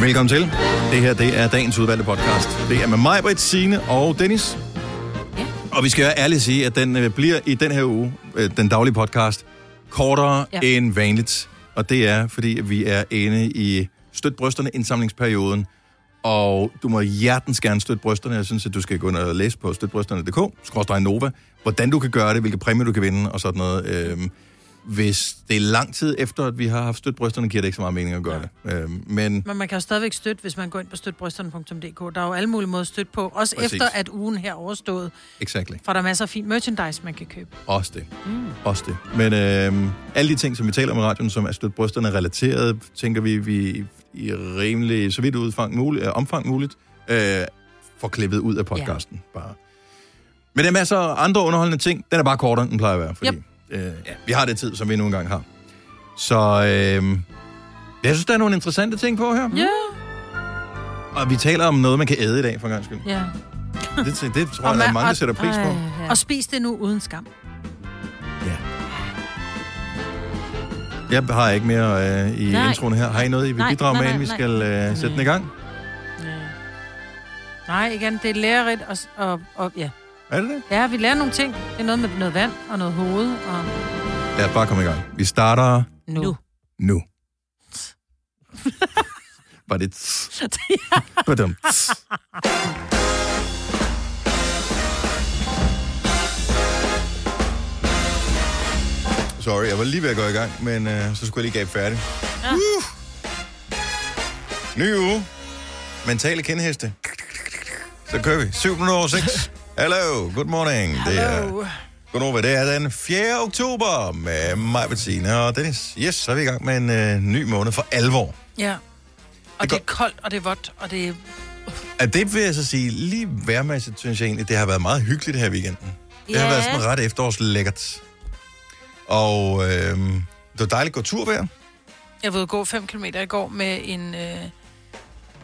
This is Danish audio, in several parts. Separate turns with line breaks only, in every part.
Velkommen til. Det her det er dagens udvalgte podcast. Det er med mig, Britt, Signe og Dennis.
Ja.
Og vi skal være ærlige og sige, at den øh, bliver i den her uge, øh, den daglige podcast, kortere ja.
Ja.
end vanligt. Og det er, fordi vi er inde i Støt Brysterne indsamlingsperioden. Og du må hjertens gerne støtte brysterne. Jeg synes, at du skal gå ind og læse på støtbrysterne.dk, skråstrej Nova, hvordan du kan gøre det, hvilke præmier du kan vinde og sådan noget. Øhm, hvis det er lang tid efter, at vi har haft stødt brysterne, giver det ikke så meget mening at gøre det. Øhm, men
Men man kan jo stadigvæk støtte, hvis man går ind på støtbrysterne.dk. Der er jo alle mulige måder at støtte på. Også
Præcis.
Præcis. efter, at ugen her er overstået.
exactly.
For der er masser af fint merchandise, man kan købe.
Også det. Mm. Også det. Men øh, alle de ting, som vi taler om i radioen, som er stødt brysterne relateret, tænker vi, vi i rimelig, så vidt udfang muligt, øh, omfang muligt, øh, får klippet ud af podcasten. Ja. Bare. Men der er masser af andre underholdende ting. Den er bare kortere, end den plejer at være. Fordi,
Yep.
øh, ja, vi har det tid, som vi nu engang har. Så øh, jeg synes, der er nogle interessante ting på her.
Ja.
Og vi taler om noget, man kan æde i dag, for en gang skyld.
ja.
Det, det tror
Og
jeg, der er
ma-
mange, der
og-
sætter pris på.
Og spis det nu uden skam.
Ja. Jeg har ikke mere øh, i nej.
Nej.
introen her. Har I noget, I vil
Nej,
bidrage
nej,
med,
nej,
inden vi skal
nej.
øh, sætte den i gang?
Nej, igen, det er lærerigt. Og, s- og, og ja.
Er det det?
ja, vi lærer nogle ting. Det er noget med noget vand og noget hoved. Og
Lad os bare komme i gang. Vi starter
nu. nu.
nu. Var det tss? Badum, tss. Sorry, jeg var lige ved at gå i gang, men øh, så skulle jeg lige gabe færdig.
Ja.
Uh. Ny uge. Mentale kendheste. Så kører vi. 7 minutter over 6. Hello, good morning. Det er
Åh.
Godnova, det er den 4. oktober med mig, Bettina og Dennis. Yes, så er vi i gang med en øh, ny måned for alvor.
Ja. Og
Det
det er koldt, og det er vådt, og det er...
At det vil jeg så sige, lige værmæssigt synes jeg egentlig, det har været meget hyggeligt her i weekenden. Det har
Ja.
været sådan ret efterårslækkert. Og øh, det var dejligt at gå tur vejr.
Jeg var ude at gå 5 km i går med en, øh,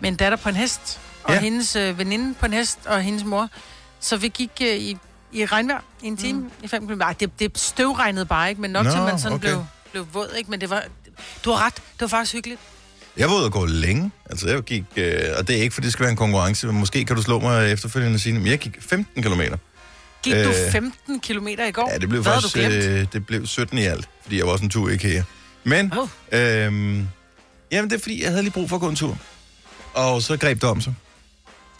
med en datter på en hest, og
Ja.
ja. hendes øh, veninde på en hest, og hendes mor. Så vi gik øh, i, i regnvejr i en time mm. i 5 km. Ej, det, det støvregnede bare, ikke? Men nok
Nå,
Nå, til, man sådan
okay.
okay. blev, blev våd, ikke? Men det var... Du har ret. Det var faktisk hyggeligt.
Jeg var ude og gå længe. Altså, jeg gik, øh, og det er ikke, fordi det skal være en konkurrence, men måske kan du slå mig efterfølgende og sige, men jeg gik 15 kilometer.
Gik øh, du
Øh,
15 km i går?
Ja, det blev
Hvad har
faktisk
du glemt?
øh, det blev 17 i alt, fordi jeg var også en tur i IKEA. Men, oh.
Åh.
øhm, jamen det er fordi, jeg havde lige brug for at gå en tur. Og så greb det om sig,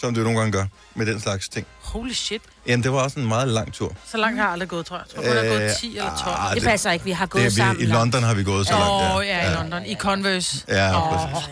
som du nogle gange gør med den slags ting.
Holy shit.
Jamen, det var også en meget lang tur.
Så langt har jeg aldrig gået, tror jeg. Jeg tror, hun har
Øh,
gået 10 eller 12.
ah,
Åh,
Det passer ikke, vi har gået
Det er,
sammen.
vi, I London har vi gået så langt.
ja. Oh, ja, i London. I Converse.
Ja,
Åh.
præcis.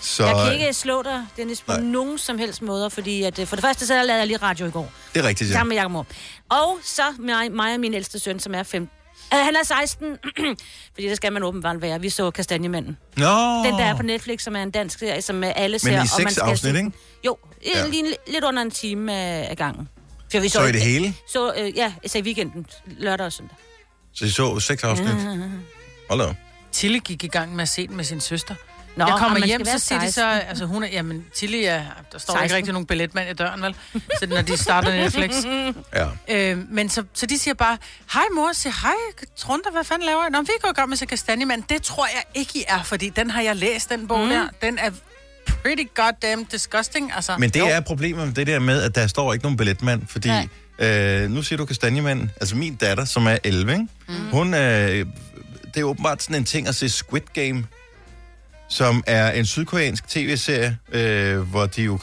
Så
Jeg kan ikke slå dig, Dennis, på
Nej.
Nej. nogen som helst måder, fordi at, øh, for det første så lavede jeg lige radio i går,
det er rigtigt,
ja.
ja.
sammen med Jacob Mohr. Og så mig, mig og min ældste søn, som er 15. Uh, han er 16, fordi det skal man åbenbart være. Vi så Kastanjemanden.
Nå,
Den, der er på Netflix, som er en dansk serie, som øh, alle ser.
i
og man
seks
skal
afsnit,
se den.
ikke?
Jo, ja.
Ja.
lige, lidt under en time øh, af gangen. For vi
så i
ikke-
det hele.
Så, øh, ja, så i weekenden, lørdag og søndag.
Så I så seks afsnit. Hold da op.
Tilly gik i gang med at se den med sin søster.
Nå,
Nå, jeg
og
kommer
man
hjem,
skal
så
være
siger de så... Altså, hun er, jamen, Tilly er... Der står 16.
16.
ikke rigtig nogen billetmand i døren, vel? Så når de starter Netflix.
Ja.
øh, men så, så de siger bare, hej mor, sig hej, Trunter, hvad fanden laver I? Nå, vi går i gang med så Kastanjemand. Det tror jeg ikke, I er, fordi den har jeg læst, den bog mm. der. Den er pretty goddamn disgusting, altså.
Men det
Jo.
er problemet med det der med, at der står ikke nogen billetmand, fordi øh, nu siger du kastanjemanden, altså min datter, som er 11, ikke? Mm. hun øh, det er åbenbart sådan en ting at se Squid Game, som er en sydkoreansk tv-serie, øh, hvor de jo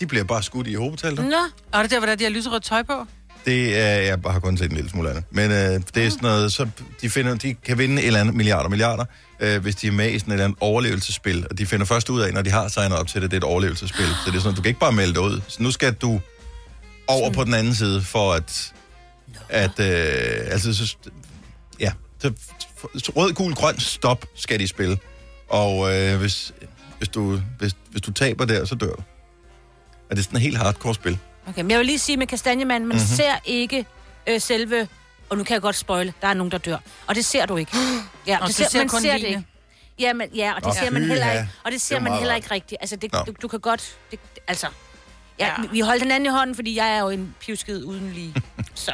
de bliver bare skudt i hovedtalter. Mm.
Nå,
Og det der, hvor der er de har lyserødt tøj på?
Det er, jeg har kun set en lille smule af det. Men øh, det er sådan noget, så de, finder, de kan vinde et eller andet milliarder milliarder, øh, hvis de er med i sådan et eller andet overlevelsesspil. Og de finder først ud af, når de har signet op til det, det er et overlevelsesspil. Så det er sådan, du kan ikke bare melde dig ud. Så nu skal du over på den anden side, for at... at øh, altså, så, ja, så, så rød, gul, grøn, stop skal de spille. Og øh, hvis, hvis, du, hvis, hvis du taber der, så dør du. Og det er sådan et helt hardcore spil.
okay, men jeg vil lige sige med Kastanjemanden, man mm-hmm. ser ikke øh, selve... Og nu kan jeg godt spoile, der er nogen, der dør. Og det ser du ikke. Ja,
Og
det
du ser
det
kun ligene.
ikke. Ja, men, ja, og det
Nå,
Nå, ser man
pyha.
heller ikke. Og det ser
Det er
det man
meget
heller
rart.
ikke rigtigt. Altså, det,
Nå.
du, du kan godt... Det, det- altså, ja,
Ja.
ja. Vi holdt hinanden i hånden, fordi jeg er jo en pivskid uden lige. Så.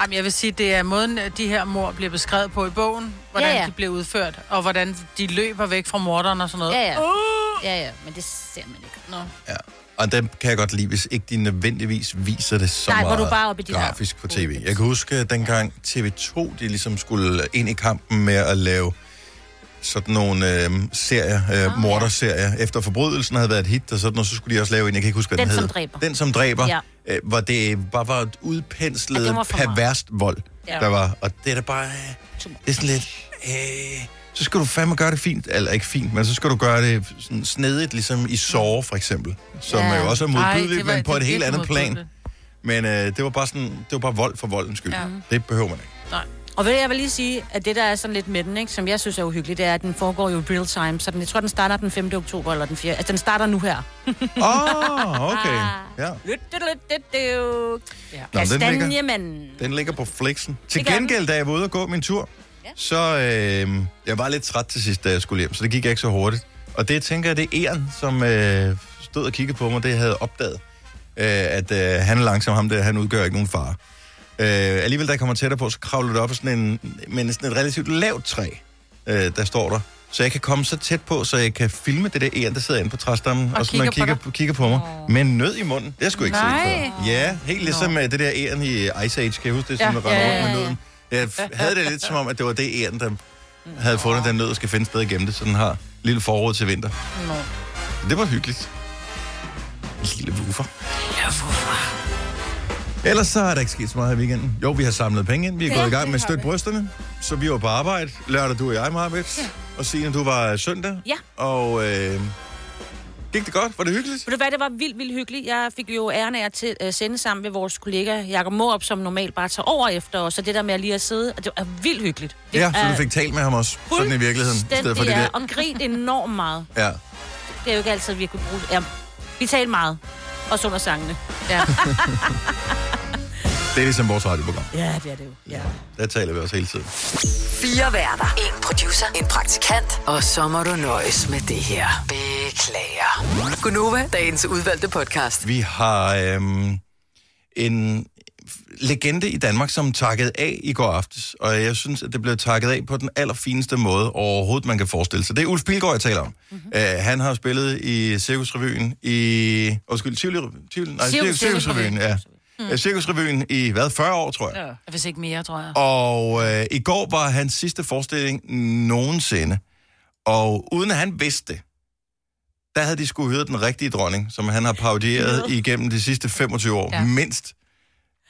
Jamen, jeg vil sige, det er måden, at de her mor bliver beskrevet på i bogen, hvordan
Ja,
ja,
ja.
ja. de bliver udført, og hvordan de løber væk fra morderen og sådan noget.
Ja, ja.
Åh,
Ja, ja, men det ser man ikke.
Nå.
Ja. Og den kan jeg godt lide, hvis ikke de nødvendigvis viser det så
Nej, hvor
meget
du bare oppe i de der-
grafisk på tv. Jeg kan huske, at dengang TV2 de ligesom skulle ind i kampen med at lave sådan nogle øh, serier,
Ah,
øh, oh, morderserier. Efter forbrydelsen havde været et hit, og sådan noget, så skulle de også lave en, jeg kan ikke huske, hvad den,
Den, som
hed.
dræber.
Den, som dræber.
Ja.
Øh, hvor det bare var et udpenslet,
Ja,
ja,
den var for meget.
perverst vold,
Ja.
ja. der var. Og det er da bare... øh,
Too much.
Det er sådan lidt... Øh, så skal du fandme gøre det fint, eller ikke fint, men så skal du gøre det sådan snedigt, ligesom i Saw for eksempel, som
Ja.
ja. jo også er
Ej,
modbydeligt,
det var-
men på
det
et
er
helt
virkelig
andet plan.
modbydeligt.
Men øh, det var bare sådan, det var bare vold for voldens skyld.
Ja.
Ja. Det behøver man ikke.
Nej.
Og vil jeg vil lige sige, at det, der er sådan lidt med den, ikke, som jeg synes er uhyggeligt, det er, at den foregår jo i real time. Så den, jeg tror, den starter den 5. oktober eller den 4. Altså, den starter nu her.
Åh, oh, okay.
Ah.
Ah.
Ja.
Ja.
Nå, den ligger,
Kastanjemanden.
den ligger på flexen. Til
Det gør den.
gengæld, da jeg var ude og gå min tur,
Ja.
så øh, jeg var lidt træt til sidst, da jeg skulle hjem, så det gik ikke så hurtigt. Og det tænker jeg, det er Eren, som øh, stod og kiggede på mig, det havde opdaget, øh, at øh, han er langsom, ham der, han udgør ikke nogen fare. Øh, alligevel, da jeg kommer tættere på, så kravler det op af sådan en, men sådan et relativt lavt træ, øh, der står der. Så jeg kan komme så tæt på, så jeg kan filme det der æren, der sidder inde på træstammen, og, og så
kigger
man
på
kigger,
dig.
på, kigger på mig. Med en nød i munden. Det har jeg sgu ikke
Nej.
set før. Ja, helt ligesom øh, det der æren i Ice Age, kan jeg huske det, som ja.
Ja.
render
Ja,
rundt
ja,
med
ja.
nøden. Jeg f- havde det lidt som om, at det var det æren, der havde fundet den nød, og skal finde sted igennem det, så den har lille forråd til vinter.
Nå.
Det var hyggeligt. En lille woofer. Ellers så er der ikke sket så meget her i weekenden. Jo, vi har samlet penge ind. Vi er gået i gang med støt brysterne. Så vi var på arbejde. Lørdag du og jeg, Marbet. Ja. Og Signe, du var søndag.
Ja.
Og øh, gik det godt? Var det hyggeligt?
Ved du hvad, det var vildt, vildt hyggeligt. Jeg fik jo æren af at til- øh, sende sammen med vores kollega Jakob Morup, som normalt bare tager over efter os. Så det der med at lige at sidde, og det er vildt hyggeligt. Det
Ja, så
er
du fik talt med ham også. Sådan i virkeligheden. I stedet for det
fuldstændig,
der.
ja, og grinte enormt meget.
Ja.
Det er jo ikke altid, vi kunne bruge det. Ja, vi talte meget. Også under sangene.
Ja.
Det er ligesom vores radioprogram.
Ja, det er det jo. Ja.
Der taler vi også hele tiden.
Fire værter. En producer. En praktikant. Og så må du nøjes med det her. Beklager. Gunova, dagens udvalgte podcast.
Vi har øhm, en legende i Danmark, som takkede af i går aftes, og jeg synes, at det blev takket af på den allerfineste måde overhovedet, man kan forestille sig. Det er Ulf Pilgaard, jeg taler om. Mm-hmm. Uh, han har spillet i Cirkusrevyen i... Undskyld, Tivoli... Tivoli nej,
Cirkus-
Cirkus, Cirkusrevyen, ja. Mm. Cirkusrevyen i, hvad, 40 år, tror jeg. Ja.
Hvis ikke mere, tror jeg.
Og øh, i går var hans sidste forestilling nogensinde. Og uden at han vidste det, der havde de skulle høre den rigtige dronning, som han har parodieret igennem de sidste 25 år,
Ja.
ja. mindst.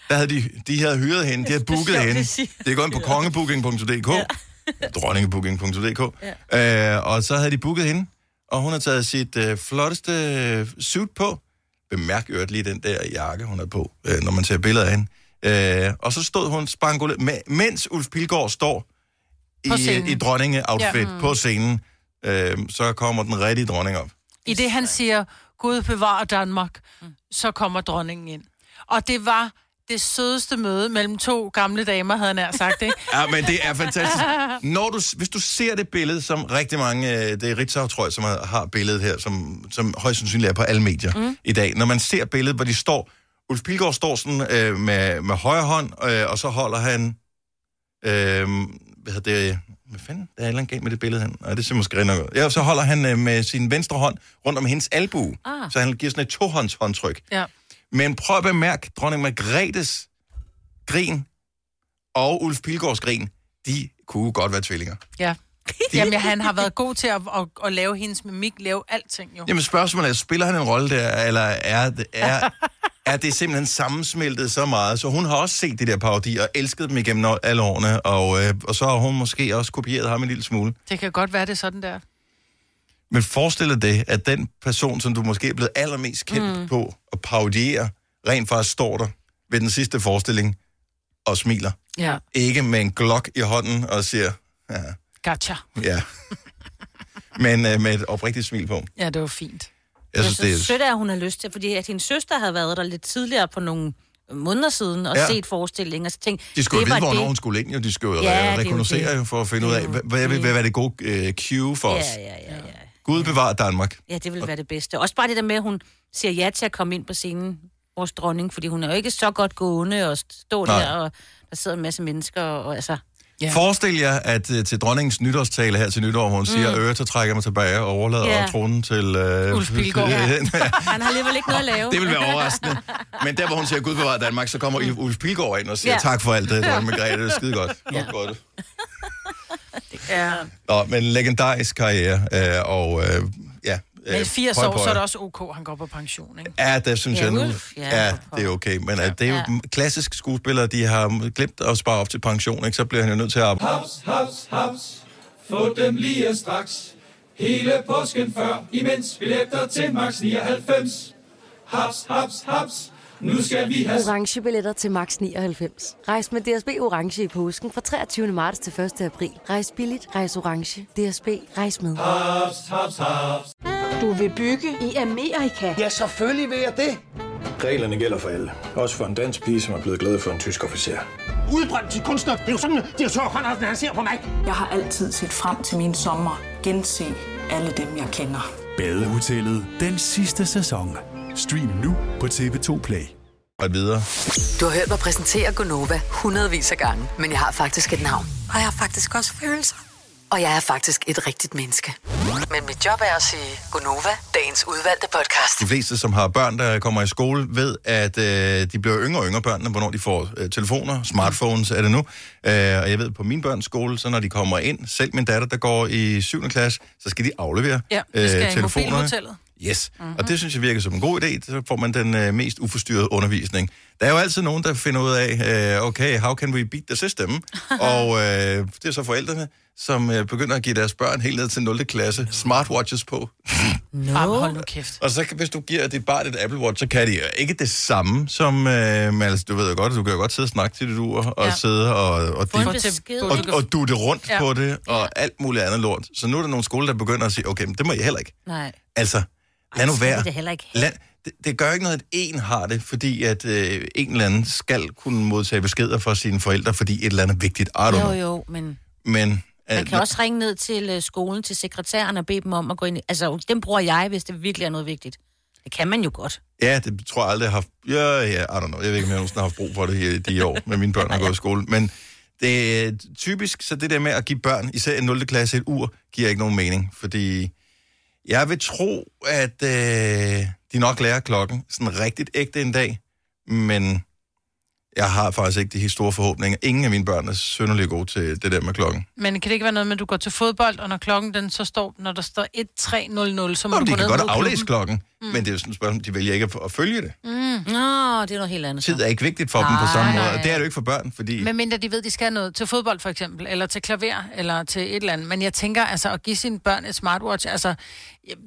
Der havde de, de havde hyret hende, de havde booket
sjovt,
hende.
det siger.
Det går ind på kongebooking.dk, dronningebooking.dk, ja. øh, og så havde de booket hende, og hun har taget sit øh, flotteste øh, suit på. Bemærk i øvrigt lige den der jakke, hun har på, øh, når man ser billeder af hende. Øh, og så stod hun spangole, med, mens Ulf Pilgaard står
På
i,
scenen. Mm.
i dronninge-outfit ja. på scenen, øh, så kommer den rigtige dronning op.
I Mm. det, han siger, Gud bevarer Danmark, så kommer dronningen ind. Og det var det sødeste møde mellem to gamle damer, havde han nær sagt, ikke?
Ja, men det er fantastisk. Når du, hvis du ser det billede, som rigtig mange... øh, Det er Ritzau, tror jeg, som har, har billedet her, som, som højst sandsynligt er på alle medier mm. i dag. Når man ser billedet, hvor de står... Ulf Pilgaard står sådan øh, med, med højre hånd, øh, og så holder han... Øh, hvad hedder det? Hvad fanden? Der er et eller andet galt med det billede, han... Nej, det ser måske rigtig nok ud. Ja, så holder han øh, med sin venstre hånd rundt om hendes albue.
Ah.
Ah. Så han giver sådan et tohåndshåndtryk.
Ja.
Men prøv at bemærk, dronning Margrethes grin og Ulf Pilgaards grin, de kunne godt være tvillinger.
ja. Jamen, ja, han har været god til at, at, at lave hendes mimik, lave alting jo.
Jamen spørgsmålet er, spiller han en rolle der, eller er, det- er, er det simpelthen sammensmeltet så meget? Så hun har også set de der parodier og elsket dem igennem al- alle årene, og, øh, og så har hun måske også kopieret ham en lille smule.
Det kan godt være, det er sådan der.
Men forestil dig det, at den person, som du måske er blevet allermest kendt mm. på at parodiere, rent faktisk står der ved den sidste forestilling og smiler.
Ja.
Ikke med en glok i hånden og siger, ja,
Gotcha.
Ja. Men øh, med et oprigtigt smil på.
Ja, det var fint.
Jeg
Jeg
synes, det
synes,
er...
sødt er, at hun har lyst til, fordi at hendes søster havde været der lidt tidligere på nogle måneder siden og ja.
Ja.
set forestillingen, og så tænkte,
De skulle jo
det var
vide, hvornår
det.
hun skulle ind, jo. De skulle jo
Ja, det er
ja,
jo
rekognosere
det.
jo for at finde ud
Det
af,
er
hvad, hvad
jo
vil
det.
være det gode øh, cue for os.
Ja, ja, ja, ja.
Gud bevarer Danmark.
ja, det ville være det bedste. Også bare det der med, at hun siger ja til at komme ind på scenen, vores dronning, fordi hun er jo ikke så godt gående og stå
Nej.
der, og der sidder en masse mennesker, og, og altså,
Ja. Forestil jer, at øh, til dronningens nytårstale her til nytår, hvor hun mm. siger, øre til trækker mig tilbage og overlader
Ja.
yeah. tronen til... Øh,
Ulf Pilgaard.
ja.
Han har alligevel ikke noget at lave.
Det vil være overraskende. Men der, hvor hun siger, Gud bevare Danmark, så kommer Ulf Pilgaard ind og siger,
Mm. Ja.
ja. tak for alt det, Dronning Margrethe, det er skide godt. Ja. godt.
Ja.
Nå, men legendarisk karriere, øh, og øh, ja. øh,
Men i 80
høj
år,
på
så er
høj.
det også ok, han går på pension, ikke?
Ja, der synes
Ja,
jeg nu,
Ulf, ja,
ja, det er okay. Men at det er jo
Ja.
klassiske skuespillere, de har glemt at spare op til pension, ikke? så bliver han jo nødt til at arbejde.
Haps, haps, haps. Få dem lige straks. Hele påsken før, imens billetter til max 99. Haps, haps, haps. Nu skal vi have...
orange billetter til max 99. Rejs med DSB orange i påsken fra 23. marts til 1. april. Rejs billigt, rejs orange. DSB rejs med.
Haps, haps, haps.
Du vil bygge i Amerika? Ja, selvfølgelig vil jeg det.
Reglerne gælder for alle. Også for en dansk pige, som er blevet glad for en tysk officer.
Udbrøndt til kunstner. Det er jo sådan, at de har tørt, han ser på mig. Jeg har altid set frem til min sommer. Gense alle dem, jeg kender.
Badehotellet den sidste sæson. Stream nu på TV2 Play.
Og videre.
Du har hørt mig præsentere Gonova hundredvis af gange, men jeg har faktisk et navn. Og jeg har faktisk også følelser. Og jeg er faktisk et rigtigt menneske. Men mit job er at sige Gonova, dagens udvalgte podcast.
De fleste, som har børn, der kommer i skole, ved, at øh, de bliver yngre og yngre børnene, hvornår de får øh, telefoner, smartphones er det nu. Øh, og jeg ved, på min børns skole, så når de kommer ind, selv min datter, der går i 7. klasse, så skal de aflevere øh,
Ja, vi skal i mobilhotellet. Mhm.
Yes, mm-hmm. og det synes jeg virker som en god idé, så får man den øh, mest uforstyrrede undervisning. Der er jo altid nogen, der finder ud af, øh, okay, how can we beat the system? og øh, det er så forældrene, som øh, begynder at give deres børn helt ned til 0. klasse smartwatches på.
No. Ah, men hold nu kæft.
Og så kan- hvis du giver dit barn et Apple Watch, så kan de øh, ikke det samme som... Øh, men altså, du ved jo godt, du kan jo godt sidde og snakke til dit ur, og
Ja.
ja. sidde og, og,
Få en
og,
besked.
og, og dutte rundt
Ja.
ja. på det, og alt muligt andet lort. Så nu er der nogle skoler, der begynder at sige, okay, men det må I heller ikke.
Nej.
Altså, lad nu
så vil
være.
det heller ikke have.
lad, det, det gør ikke noget, at en har det, fordi at øh, en eller anden skal kunne modtage beskeder fra sine forældre, fordi et eller andet er vigtigt. I don't
Jo,
know.
jo, men...
Men... øh,
Man kan også ringe ned til øh, skolen, til sekretæren og bede dem om at gå ind i... Altså, den bruger jeg, hvis det virkelig er noget vigtigt. Det kan man jo godt.
Ja, det tror jeg aldrig, jeg har haft... Ja, ja, I don't know. Jeg ved ikke, om jeg nogensinde har haft brug for det i de år, med mine børn har gået i skole. Men det er typisk, så det der med at give børn, især en 0. klasse, et ur, giver ikke nogen mening. Fordi jeg vil tro, at øh, de nok lærer klokken sådan rigtigt ægte en dag. Men jeg har faktisk ikke de helt store forhåbninger. Ingen af mine børn er synderlig gode til det der med klokken.
Men kan det ikke være noget med, at du går til fodbold, og når klokken den så står, når der står 1-3-0-0, så må
Nå,
du
de
gå
kan
ned
godt
mod
aflæse
klubben.
klokken, mm. men det er jo sådan et spørgsmål, de vælger ikke at- at følge det.
Mm. Nå, det er noget helt andet.
Tid er ikke vigtigt for dem på samme
Nej.
måde, og det er det jo ikke for børn, fordi...
Men mindre de ved, de skal noget til fodbold for eksempel, eller til klaver, eller til et eller andet. Men jeg tænker, altså at give sine børn et smartwatch, altså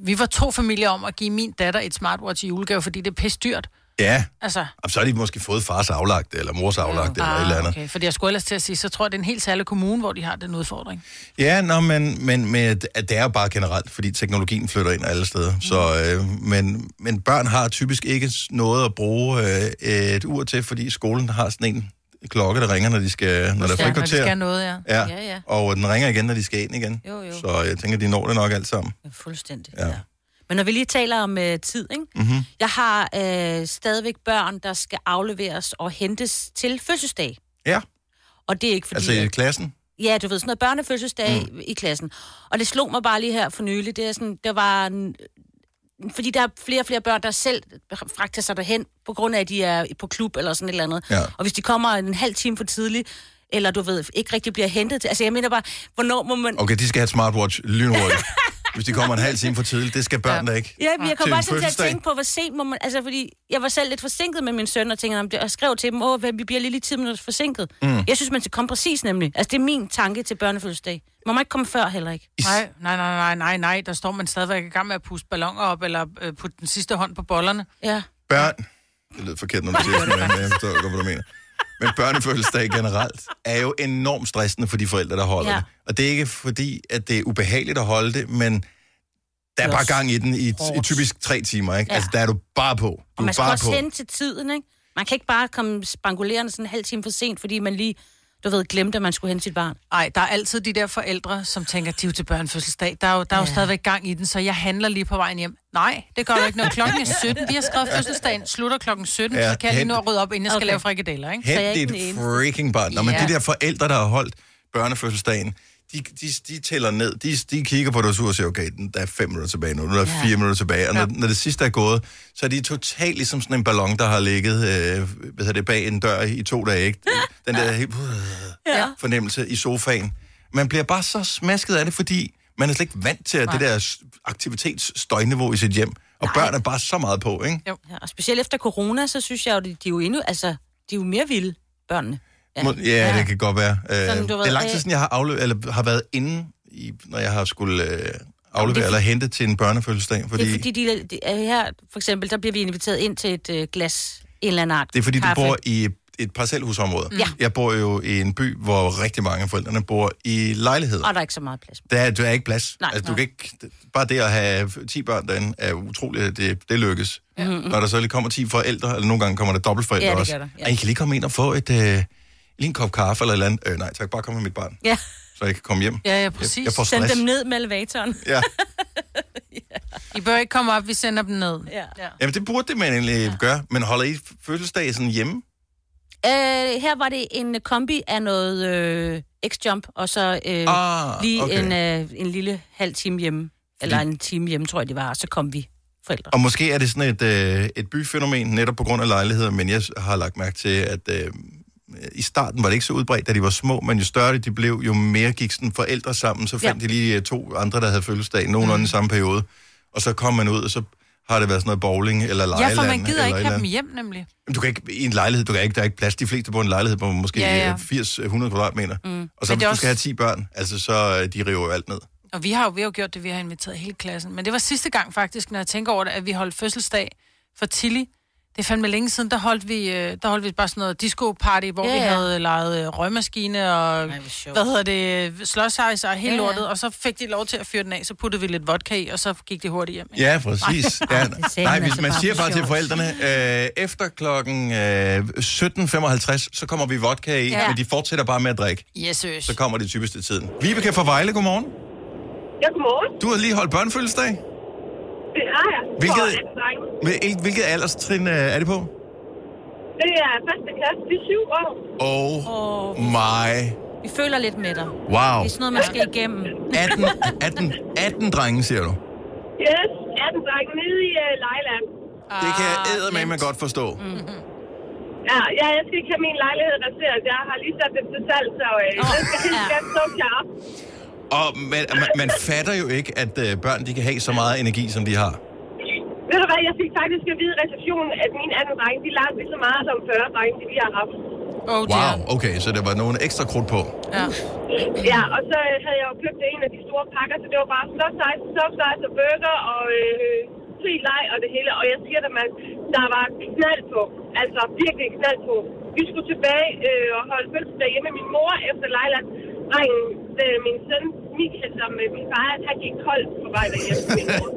vi var to familier om at give min datter et smartwatch i julegave, fordi det er pisse dyrt.
Ja,
Altså,
Jamen, så har de måske fået fars aflagt, eller mors aflagt, eller et eller andet.
Ah, okay. Fordi jeg skulle ellers til at sige, så tror jeg, det er en helt særlig kommune, hvor de har den udfordring.
Ja, nå, men, men, men at det er jo bare generelt, fordi teknologien flytter ind alle steder. Så, øh, men, men børn har typisk ikke s- noget at bruge øh, et ur til, fordi skolen har sådan en klokke, der ringer, når, de skal, når der er
Ja, når de
frikvarter.
skal noget, ja.
ja.
Ja, ja.
Og den ringer igen, når de skal ind igen.
Jo, jo.
Så jeg tænker, de når det nok alt sammen.
Fuldstændig.
Ja.
Men når vi lige taler om øh, tid, ikke?
Mm-hmm.
Jeg har øh, stadigvæk børn, der skal afleveres og hentes til fødselsdag.
Ja.
Og det er ikke fordi...
Altså i klassen?
Ja, du ved, sådan noget børnefødselsdag mm. i klassen. Og det slog mig bare lige her for nylig. Det er sådan, der var... En, fordi der er flere og flere børn, der selv fragter sig derhen, på grund af, at de er på klub eller sådan et eller andet.
Ja.
Og hvis de kommer en halv time for tidligt, eller du ved, ikke rigtig bliver hentet til... Altså, jeg mener bare, hvornår må man...
Okay, de skal have et smartwatch lynhurtigt. Hvis de kommer en halv time for tidligt, det skal børn da ikke.
Ja, men jeg kom
Til en
bare sådan til at
fødselsdag.
tænke på, hvor sent må man... Altså, fordi jeg var selv lidt forsinket med min søn, og tænkte, om det, og skrev til dem, åh, hvad, vi bliver lige 10 minutter forsinket. Mm.
Mm.
Jeg synes, man skal komme præcis nemlig. Altså, det er min tanke til børnefødselsdag. Man må ikke komme før heller ikke.
Nej, nej, nej, nej, nej, nej. Der står man stadigvæk i gang med at puste ballonger op, eller øh, putte den sidste hånd på bollerne.
Ja.
børn... Det lyder forkert, når du siger sådan, men jeg forstår godt, hvad du mener. Men børnefødselsdag generelt er jo enormt stressende for de forældre, der holder
Ja.
ja. det. Og det er ikke fordi, at det er ubehageligt at holde det, men der
er
er bare
også
gang i den i, i
hårdt.
typisk tre timer, ikke?
Ja.
Ja. Altså, der er du bare på. Du
Og man
er
skal
bare
også
på.
sende til tiden, ikke? Man kan ikke bare komme spangulerende sådan en halv time for sent, fordi man lige, du ved, glemte, at man skulle hente sit barn.
Nej, der er altid de der forældre, som tænker, de er jo til børnefødselsdag. Der er jo, der er jo
Ja.
stadigvæk gang i den, så jeg handler lige på vejen hjem. Nej, det gør du ikke. Når klokken er 17, vi har skrevet fødselsdagen, slutter klokken 17,
Ja,
så kan jeg lige nå
hent-
at rydde op, inden jeg skal
Okay.
lave frikadeller, ikke? så jeg
Hent dit freaking barn. Nå, men
Ja.
de der forældre, der har holdt børnefødselsdagen, de, de, de tæller ned, de, de kigger på deres ur og siger, okay, den- der er fem minutter tilbage nu, nu er der
Ja.
fire minutter tilbage, og når, når det sidste er gået, så er de totalt ligesom sådan en ballon, der har ligget øh, hvad hedder det, bag en dør i to dage, ikke? Den der helt øh,
Ja.
fornemmelse i sofaen. Man bliver bare så smasket af det, fordi man er slet ikke vant til at
Nej.
det der s- aktivitetsstøjniveau i sit hjem. Og børn er bare så meget på, ikke?
Jo. Ja, og specielt efter corona, så synes jeg jo, de, de er jo endnu, altså, de er jo mere vilde, børnene.
Ja, ja det kan godt være.
Sådan,
Sådan,
du
det
ved,
er lang tid
øh,
siden, jeg har, afle- eller har været inde, i, når jeg har skulle øh, aflevere eller hente til en børnefødselsdag. Fordi,
Det er fordi, de, de er her, for eksempel, der bliver vi inviteret ind til et øh, glas, en eller anden art
det er, fordi du
kaffe.
bor i et parcelhusområde.
Ja.
Jeg bor jo i en by, hvor rigtig mange af forældrene bor i lejligheder.
Og der er ikke så meget plads.
Der er, der er ikke plads.
Nej.
altså, du kan ikke, bare det at have 10 børn derinde er utroligt, at det, det lykkes. Ja. Når der så lige kommer 10 forældre, eller nogle gange kommer der dobbeltforældre
Mm-hmm. Ja, det
også.
gør der, ja.
Ej, I kan lige komme ind og få et, øh, lige en kop kaffe eller et eller andet. Øh, nej, tak, bare kom med mit barn,
Ja,
så jeg kan komme hjem.
Ja, ja, præcis.
Jeg, jeg får
send
stress.
dem ned med elevatoren.
Ja.
I bør ikke komme op, vi sender dem ned. Ja. ja.
Jamen, det burde det man egentlig ja. gøre. Men holder I fødselsdag sådan hjemme?
Øh, her var det en kombi af noget øh, X-Jump, og så øh,
Ah,
lige
okay.
en, øh, en lille halv time hjemme. Eller en time hjemme, tror jeg, det var, og så kom vi forældre.
Og måske er det sådan et, øh, et byfænomen, netop på grund af lejligheder, men jeg har lagt mærke til, at øh, i starten var det ikke så udbredt, da de var små, men jo større de blev, jo mere gik sådan forældre sammen, så fandt ja. de lige øh, to andre, der havde fødselsdag, nogenlunde mm. i samme periode. Og så kom man ud, og så har det været sådan noget bowling eller lejeland.
Ja, for man gider
eller et
ikke have
eller
dem
andet.
hjem, nemlig.
Du kan ikke, i en lejlighed, du kan ikke, der er ikke plads. De fleste bor i en lejlighed på måske
Ja, ja.
ja, ja. 80-100 kvadratmeter. Mm. Og så hvis
Men det
du
er
skal have 10 børn, altså så øh, de river jo alt ned.
Og vi har jo, vi har jo gjort det, vi har inviteret hele klassen. Men det var sidste gang faktisk, når jeg tænker over det, at vi holdt fødselsdag for Tilly. Det er fandme længe siden, der holdt vi, øh, der holdt vi bare sådan noget disco-party, hvor
Ja,
vi
ja.
havde lejet øh, røgmaskine og, Ej, hvad hedder det, slåsajs og hele
Ja,
ja,
ja.
lortet. Og så fik de lov til at fyre den af, så puttede vi lidt vodka i, og så gik det hurtigt hjem. ikke?
Ja, præcis.
Nej.
Ja.
Det sagde
Nej,
han
hvis
altså
man
bare
siger
for
bare til
sjov.
forældrene, øh, efter klokken øh, 17.55, så kommer vi vodka i,
Ja.
ja. men de fortsætter bare med at drikke.
Yes, søs.
Så kommer de typisk til tiden. Vibeke fra Vejle, godmorgen.
Ja, godmorgen.
Du har lige holdt børnefødselsdag.
Det har jeg.
Hvilket-
For alle drenge.
Hvil- Hvilket alderstrin øh, er det på?
Det er første klasse, de er syv år.
Oh my...
Vi føler lidt med dig. Wow.
Wow.
Det er sådan noget, man skal igennem.
18, 18, 18 drenge, siger du.
Yes, 18 drenge nede i uh, Lejland.
Det kan
Ah,
jeg med, man godt forstå.
Mm.
Ja, ja, jeg skal ikke have min lejlighed raseret. Jeg har lige sat det til salg, så øh, oh, den skal helt ja. så sharp.
Og man, man, man fatter jo ikke, at øh, børn de kan have så meget energi, som de har.
Ved du hvad, jeg fik faktisk at vide i receptionen, at mine 18 drenge, de larmer lige så meget som 40 drenge, de vi har haft.
Oh,
Wow, okay, så der var nogle ekstra krudt på.
Ja.
ja, og så øh, havde jeg jo købt en af de store pakker, så det var bare soft ice, soft ice og burger og øh, fri leg og det hele. Og jeg siger dig, man, der var knald på. Altså virkelig knald på. Vi skulle tilbage øh, og holde fødselsdag hjemme med min mor efter Lejland. Drengen, øh, min søn Michael, som øh, min far, han gik kold på vej derhjemme. til min mor.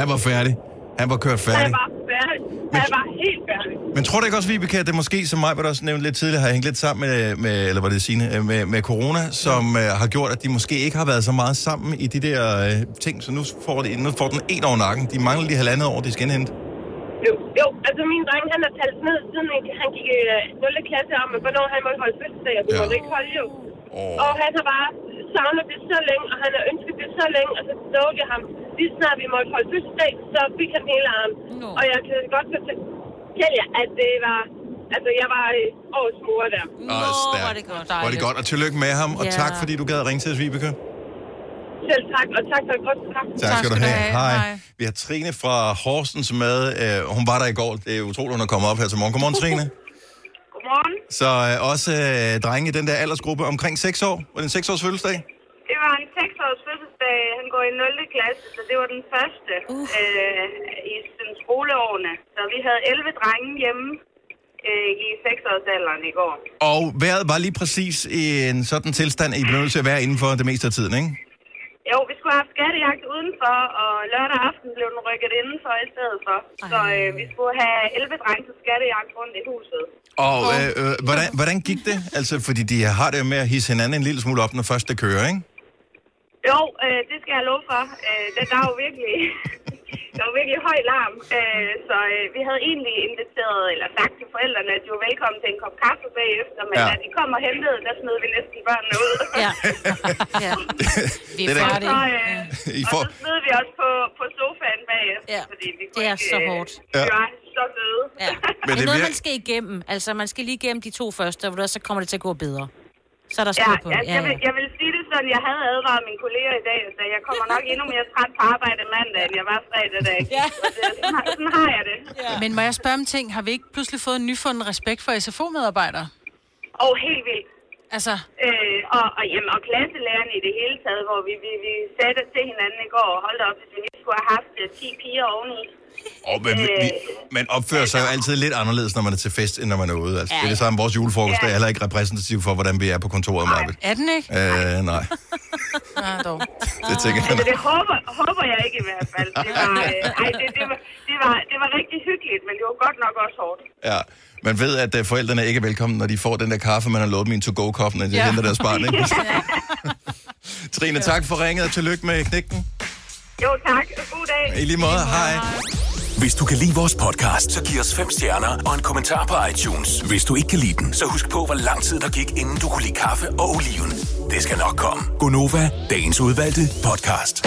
Han var færdig. Han var kørt
Han
færdig.
var færdig. Han var helt færdig.
Men tror du ikke også, Vibeke, at det måske, som mig var også nævnte lidt tidligere, har hængt lidt sammen med, med eller var det Signe, øh, med, med corona, som øh, har gjort, at de måske ikke har været så meget sammen i de der øh, ting, så nu får, de, nu får den en over nakken. De mangler lige halvandet år, de skal indhente.
Jo, jo, altså min dreng, han har talt ned, siden han gik i øh, 0. klasse om, at hvornår han måtte holde fødselsdag, og det
Ja.
måtte ikke holde jo. Og han har bare savnet det så længe, og han har ønsket det så længe, og så dukkede jeg ham. Lige snart vi måtte holde fødselsdag, så fik han hele armen.
Nå.
Og jeg kan godt fortælle jer, at det var... Altså, jeg var øh, årets mor der.
Nå, stærkt. var det
godt.
Var det godt, og tillykke med ham, og
Ja.
ja. tak fordi du gad at ringe til os, Vibeke. Tak,
Selv tak, og tak for et godt tak.
tak skal du have. Hej. Vi har Trine fra Horsens med. Øh, hun var der i går. Det er utroligt, hun er kommet op her til morgen. Godmorgen, Trine.
Godmorgen.
Så øh, også øh, drenge i den der aldersgruppe omkring 6 år. Var det en 6 års fødselsdag?
Det var en 6-års fødselsdag. Øh, Han går i 0. klasse, så det var den første uh. øh, i sådan skoleårene. Så vi havde 11 drenge hjemme øh, i 6-årsalderen i går.
Og vejret var lige præcis i en sådan tilstand, at I blev nødt til at være inden for det meste af tiden, ikke?
Jo, vi skulle have haft skattejagt udenfor, og lørdag aften blev den rykket indenfor i stedet for. Så øh, vi skulle have 11 drenge til skattejagt rundt i huset.
Og øh, øh, hvordan, hvordan gik det? Altså, fordi de har det jo med at hisse hinanden en lille smule op, når først det kører, ikke?
Jo, øh, det skal jeg love for. Øh, den er jo virkelig
der var virkelig høj larm. Øh, så øh, vi havde egentlig inviteret, eller sagt til forældrene, at de var velkommen til en kop kaffe bagefter, men
Ja.
ja. da de kom og hentede, der smed vi næsten børnene ud. Ja. ja.
Vi er Det er da- færdige.
Og, så, øh,
I
og
får-
så smed vi også på, på sofaen bagefter, ja. fordi vi kunne
Det er
ikke,
så
øh,
hårdt.
Ja.
Vi var så døde.
Ja.
Men
Men det
det
er noget,
vir-
man skal igennem. Altså, man skal lige igennem de to første, og så kommer det til at gå bedre. Så er der styr
Ja,
på
ja,
det.
jeg, vil, jeg vil sige det sådan, jeg havde advaret mine kolleger i dag, så jeg kommer nok endnu mere træt på arbejde mandag, end jeg var fredag dag. Ja. Sådan, har- sådan har jeg det.
Ja. Men må jeg spørge om ting? Har vi ikke pludselig fået en nyfunden respekt for SFO-medarbejdere?
Og helt vildt.
Altså?
Øh, og, og, jamen, og klasselærerne i det hele taget, hvor vi, vi, vi sagde til hinanden i går, og holdt op, hvis vi lige skulle have haft øh, 10 piger oveni.
Og man, vi, man opfører sig jo altid lidt anderledes, når man er til fest, end når man er ude. Altså, det er det samme. Vores julefrokost er heller ikke repræsentativ for, hvordan vi er på kontoret. Marvitt.
Er den ikke?
Øh, nej,
Nej, dog.
det tænker jeg.
Altså, det håber, håber jeg ikke i hvert fald. Det var, øh, ej, det, det, var, det, var, det var rigtig hyggeligt, men det var godt nok også hårdt.
Ja. Man ved, at øh, forældrene ikke er velkomne, når de får den der kaffe, man har lovet dem i en to-go-kop, når de ja. henter deres barn. Ikke? Trine, tak for ringet, og tillykke med knægten.
Jo, tak. God dag.
I lige måde, hej.
Hvis du kan lide vores podcast, så giv os fem stjerner og en kommentar på iTunes. Hvis du ikke kan lide den, så husk på, hvor lang tid der gik, inden du kunne lide kaffe og oliven. Det skal nok komme.
Gonova,
Dagens udvalgte podcast.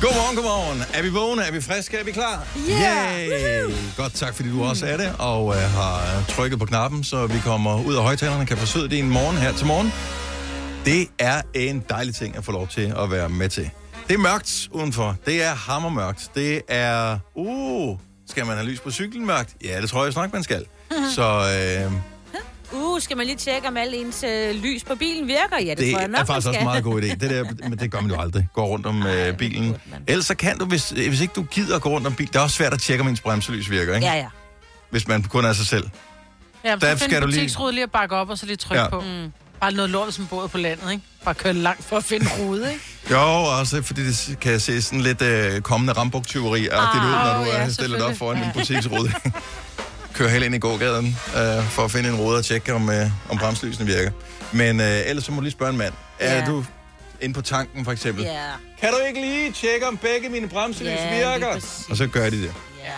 Godmorgen, godmorgen. Er vi vågne? Er vi friske? Er vi klar?
Yeah!
Yay! Godt, tak fordi du også er det, og øh, har trykket på knappen, så vi kommer ud af højtalerne og kan forsøge det en morgen her til morgen. Det er en dejlig ting at få lov til at være med til. Det er mørkt udenfor. Det er hammermørkt. Det er... Uh, skal man have lys på cyklen mørkt? Ja, det tror jeg snart, man skal. Så øh,
Uh, skal man lige tjekke, om alle ens øh, lys på bilen virker? Ja, det,
det
tror jeg nok,
er
man
faktisk også
skal.
en meget god idé. Det, der, men det gør man jo aldrig. Gå rundt om øh, bilen. Ellers så kan du, hvis, øh, hvis ikke du gider at gå rundt om bilen, det er også svært at tjekke, om ens bremselys virker, ikke?
Ja, ja.
Hvis man kun er sig selv.
Ja,
Der
så
skal
find
du
en
lige-
butiksrude lige at bakke op, og så lige trykke
Ja.
ja. på. Mm. Bare noget lort, som bor på landet, ikke? Bare køre langt for at finde en rude, ikke?
Jo, også fordi det kan se sådan lidt øh, kommende rambuktyveri og det ud, når
Åh,
Ah,
du
ja,
er stillet op
selvfølgelig.
foran en butiksrude. Kører helt ind i gågaden øh, for at finde en rude og tjekke, om, øh, om bremselysene virker. Men øh, ellers så må du lige spørge en mand. Er
Ja.
du inde på tanken, for eksempel?
Ja.
Kan du ikke lige tjekke, om begge mine bremselys
Ja, lige
virker?
præcis.
Og så gør de det.
Ja.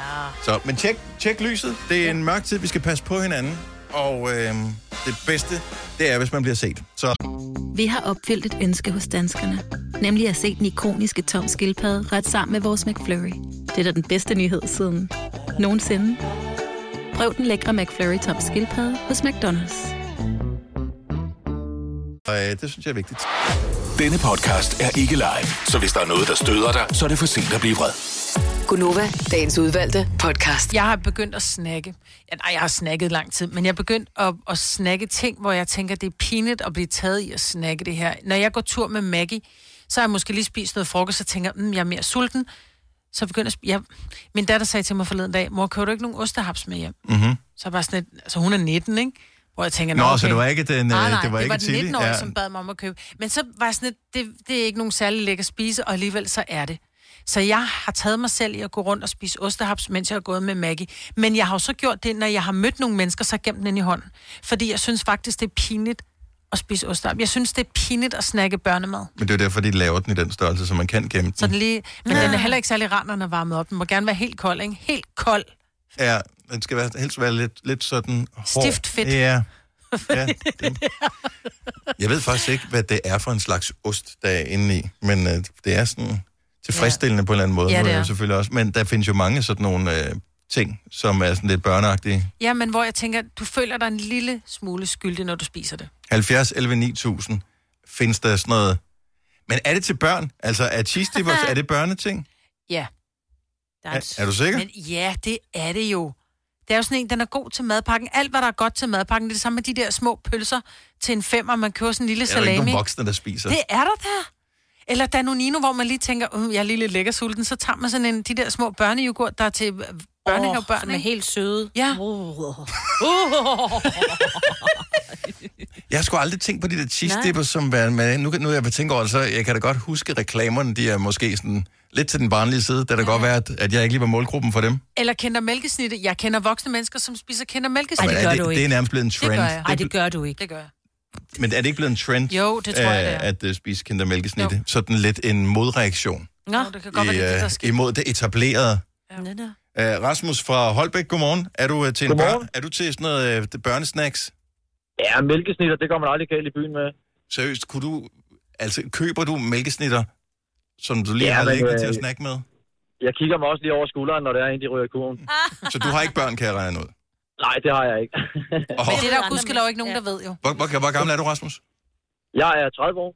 Så, men tjek, tjek lyset. Det er en mørk tid, vi skal passe på hinanden. Og øh, det bedste, det er, hvis man bliver set. Så
Vi har opfyldt et ønske hos danskerne. Nemlig at se den ikoniske tom skildpadde ret sammen med vores McFlurry. Det er da den bedste nyhed siden nogensinde. Prøv den lækre McFlurry tom skildpadde hos McDonald's.
øh, det synes jeg er vigtigt.
Denne podcast er ikke live, så hvis der er noget, der støder dig, så er det for sent at blive vred.
Gunova, dagens udvalgte podcast.
Jeg har begyndt at snakke. Ja, nej, jeg har snakket lang tid, men jeg er begyndt at, at snakke ting, hvor jeg tænker, det er pinligt at blive taget i at snakke det her. Når jeg går tur med Maggie, så har jeg måske lige spist noget frokost, og tænker, mm, jeg er mere sulten. Så begynder jeg, at sp- ja. Min datter sagde til mig forleden dag, mor, køber du ikke nogen ostehaps med hjem?
Mm-hmm.
Så er jeg bare sådan lidt, altså hun er 19, ikke? Hvor jeg tænker,
Nå,
okay.
så det var ikke den, øh,
nej, nej,
det var
det
ikke
var den
Tilly?
19 år,
Ja.
ja. som bad mig om at købe. Men så var jeg sådan lidt, det, det er ikke nogen særlig lækker spise, og alligevel så er det. Så jeg har taget mig selv i at gå rundt og spise ostehaps, mens jeg har gået med Maggie. Men jeg har jo så gjort det, når jeg har mødt nogle mennesker, så har jeg gemt den ind i hånden. Fordi jeg synes faktisk, det er pinligt at spise ostehaps. Jeg synes, det er pinligt at snakke børnemad.
Men det er jo derfor, de laver den i den størrelse, så man kan gemme
Så
den.
den lige,
Mm.
men den er heller ikke særlig rar, når den er varmet op. Den må gerne være helt kold, ikke? Helt kold.
Ja, den skal være, helst være lidt, lidt sådan hård.
Stift fedt.
Ja. ja det. Jeg ved faktisk ikke, hvad det er for en slags ost, der er inde i, men øh, det er sådan tilfredsstillende ja. på en eller anden måde.
Ja,
Nu
det
jeg
er.
jo selvfølgelig også. Men der findes jo mange sådan nogle øh, ting, som er sådan lidt børneagtige.
Ja, men hvor jeg tænker, du føler dig en lille smule skyldig, når du spiser det.
70, 11, 9000 findes der sådan noget. Men er det til børn? Altså er cheese dippers, er det børneting?
Ja. Der
Er- er du sikker?
Men ja, det er det jo. Det er jo sådan en, den er god til madpakken. Alt, hvad der er godt til madpakken, det er det samme med de der små pølser til en femmer, man køber sådan en lille
Er der ikke
salami.
nogen voksne, der spiser?
det er der der. Eller Danonino, hvor man lige tænker, uh, jeg er lige lidt lækker sulten, så tager man sådan en, de der små børnejoghurt, der er til børnehavebørn.
Åh, som er
helt Uh.
søde.
Ja.
Uh.
Jeg har sgu aldrig tænkt på de der cheese
Nej.
dippers, som var med. Nu, kan- nu jeg tænker over, det, så jeg kan da godt huske reklamerne, de er måske sådan lidt til den barnlige side. Det kan da godt være, at, at jeg ikke lige var målgruppen for dem. Men
Eller kender mælkesnitte. Jeg kender voksne mennesker, som spiser kender mælkesnitte.
er det, det er nærmest blevet en
Det
trend.
gør jeg.
Det,
gør du ikke. Det gør jeg.
Men er det ikke blevet en trend?
Jo, det tror jeg, det er.
At uh, spise kindermælkesnitte? Jo. Sådan lidt en modreaktion
Nå, det kan godt være, det er det, der
i, uh,
sker.
imod det etablerede.
Ja.
Uh, Rasmus fra Holbæk, godmorgen. Er du uh, til en børn? Er du til sådan noget uh, børnesnacks?
Ja, mælkesnitter, det kommer man aldrig galt i byen med.
Seriøst, kunne du... Altså, køber du mælkesnitter, som du lige
Ja,
ja, har
men,
liggende
øh,
til at snakke med?
Jeg kigger mig også lige over skulderen, når der er en, de ryger i kurven.
Så du har ikke børn, kan jeg regne ud?
Nej, det har jeg ikke.
Men det er der jo gudskelov ikke nogen, der ved jo.
Hvor, hvor, hvor gammel er du, Rasmus?
Jeg er 30 år.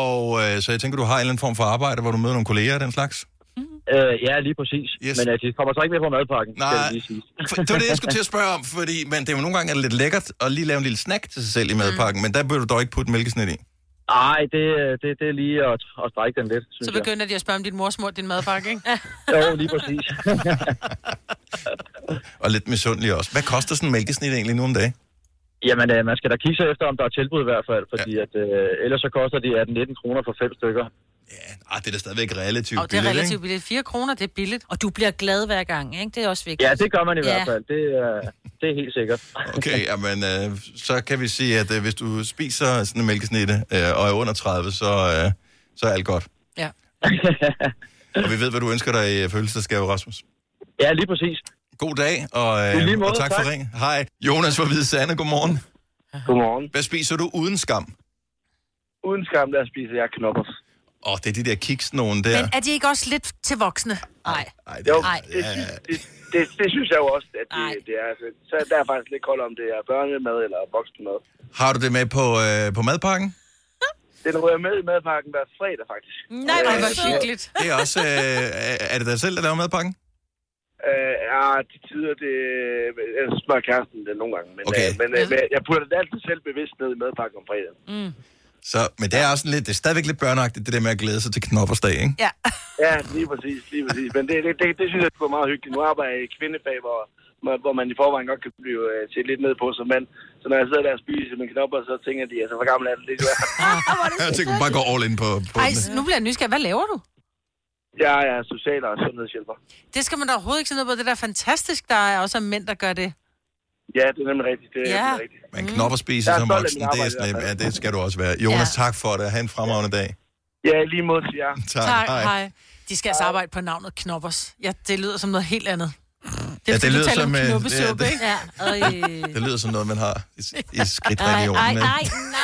Og øh, så jeg tænker, du har en eller anden form for arbejde, hvor du møder nogle kolleger og den slags?
Øh, ja, lige præcis. Yes. Men øh, de kommer så ikke med på madpakken, skal
Nej.
jeg lige sige.
For, det var det, jeg skulle til at spørge om, fordi men det er jo nogle gange er det lidt lækkert at lige lave en lille snack til sig selv i madpakken, mm. men der bør du dog ikke putte mælkesnit i.
Nej, det, øh, det, det er lige at, at strække den lidt, synes
Så begynder de at spørge om dit morsmor, din madpakke, ikke?
jeg. Jo, lige præcis.
Og lidt misundelig også. Hvad koster sådan en mælkesnit egentlig nu om dagen?
Jamen, øh, man skal da kigge sig efter, om der er tilbud i hvert fald, fordi ja. at, øh, ellers så koster de 18-19 kroner for fem stykker.
Ah, det er da stadigvæk relativt
Og det er relativt billigt. 4 kroner, det er billigt. Og du bliver glad hver gang, ikke? Det er også vigtigt.
Ja, det gør man i ja. hvert fald. Det, øh, det er helt sikkert.
Okay, jamen, øh, så kan vi sige, at øh, hvis du spiser sådan en mælkesnitte øh, og er under 30, så, øh, så er alt godt.
Ja.
Og vi ved, hvad du ønsker dig i øh, følelsesgave, Rasmus.
Ja, lige præcis.
God dag, og,
I lige
øh,
måde,
og tak, for
tak.
ringen. Hej, Jonas fra Hvide Sande, godmorgen.
Godmorgen.
Hvad spiser du uden skam?
Uden skam, der spiser jeg knoppers.
Åh, oh, det er de der kiks nogen der.
Men er de ikke også lidt til voksne? Nej.
Nej,
Jo,
Nej.
det, synes- det, det, det, synes jeg jo også, at det, det er. Så, så der er faktisk lidt kold om det er børnemad eller voksenmad.
Har du det med på, øh, på madpakken?
Den rører med i madpakken hver fredag, faktisk.
Nej,
hvor
hyggeligt.
Det er også, øh, er- er det dig selv, der laver madpakken?
Øh, ja, til tider, det øh, jeg spørger kæresten det nogle gange. Men,
Okay.
øh, men, øh, men jeg putter det altid selv bevidst ned i madpakken om fredagen.
Mm.
Så, men det er, også sådan lidt, det er stadigvæk lidt børneagtigt, det der med at glæde sig til knoppersdag, ikke?
Ja.
ja, lige præcis, lige præcis. Men det, det, det, det synes jeg er meget hyggeligt. Nu arbejder jeg i kvindefag, hvor, hvor man i forvejen godt kan blive øh, set lidt ned på som mand. Så når jeg sidder der og spiser mine knopper, så tænker de, altså, hvor gammel er det lige?
Jeg tænker, bare gå all in på, på
Ej,
den.
s- nu bliver jeg nysgerrig. Hvad laver du?
Jeg er social- og sundhedshjælper.
Det skal man da overhovedet ikke se noget på. Det der er fantastisk, der er også mænd, der gør det.
Ja, det er nemlig rigtigt. Det er
Ja.
nemlig rigtigt.
Man knopper spiser
Jeg er
som
stolt af
voksen,
mit
det, er
arbejde
sådan,
i hvert
lidt- ja,
fald.
det skal du også være. Jonas, tak for det. Ha' en fremragende dag.
Ja, lige mod til jer.
Tak, hej.
De skal altså arbejde på navnet Knoppers. Ja, det lyder som noget helt andet.
Ja,
Det er,
det
fordi, du
lyder
taler om
som, øh,
knoppesuppe,
det-
ikke? Ja, og,
Det lyder som noget, man har i, i
Ej,
skridtregionen.
ej,
ikke?
ej, nej.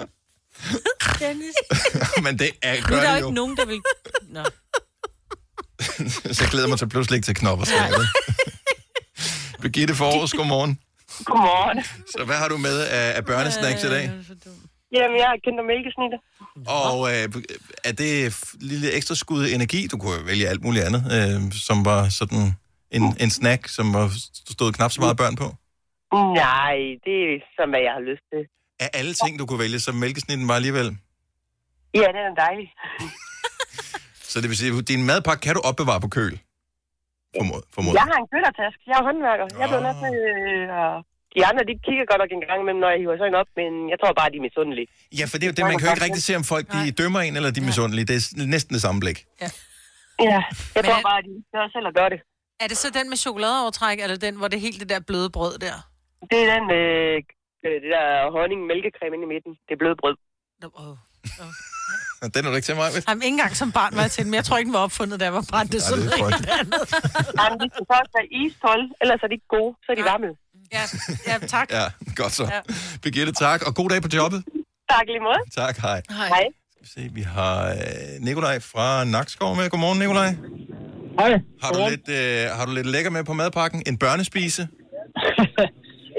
Øh. Dennis.
Men det er
Nu
gør
er der jo
det
ikke
jo.
nogen, der vil... Nå.
Så jeg glæder mig til pludselig ikke til knoppersdag. vel? Birgitte Forårs, godmorgen.
Godmorgen.
Så hvad har du med af, af børnesnacks i dag?
Øh,
Jamen, jeg er kendt mælkesnitte.
Og øh, er det f- lille ekstra skud energi? Du kunne jo vælge alt muligt andet, øh, som var sådan en, en snack, som var, stod knap så meget børn på.
Nej, det er som hvad jeg har lyst til.
Af alle ting, du kunne vælge, så mælkesnitten var alligevel.
Ja, den er dejlig.
Så det vil sige, at din madpakke kan du opbevare på køl? Formod, formod.
Jeg har en kølertaske. Jeg er håndværker. Jeg blev nødt til... Øh, de andre, de kigger godt nok en gang imellem, når jeg hiver sådan op, men jeg tror bare, de er misundelige.
Ja, for det er jo det, man kan jo ikke rigtig se, om folk de dømmer en, eller de er misundelige. Det er s- næsten det samme blik.
Ja, jeg
Men
tror
er-
bare, de gør selv at gøre det.
Er det så den med chokoladeovertræk, eller den, hvor det er helt det der bløde brød der?
Det er den med øh, det der honning mælkecreme inde i midten. Det er blødt brød.
Den er du ikke til mig, vel?
Jamen, ikke engang som barn var jeg til den, men jeg tror ikke, den var opfundet, da jeg var brændt. Det,
Ej,
ja,
det
det
er
er
Jamen, de skal først være iskolde, ellers er de ikke gode, så er de varme.
Ja, ja tak.
Ja, godt så.
Ja.
Birgitte, tak, og god dag på jobbet.
Tak lige måde.
Tak, hej.
Hej.
Se, vi har øh, Nikolaj fra Nakskov med. Godmorgen, Nikolaj.
Hej.
Har du, lidt, øh, har du lidt lækker med på madpakken? En børnespise?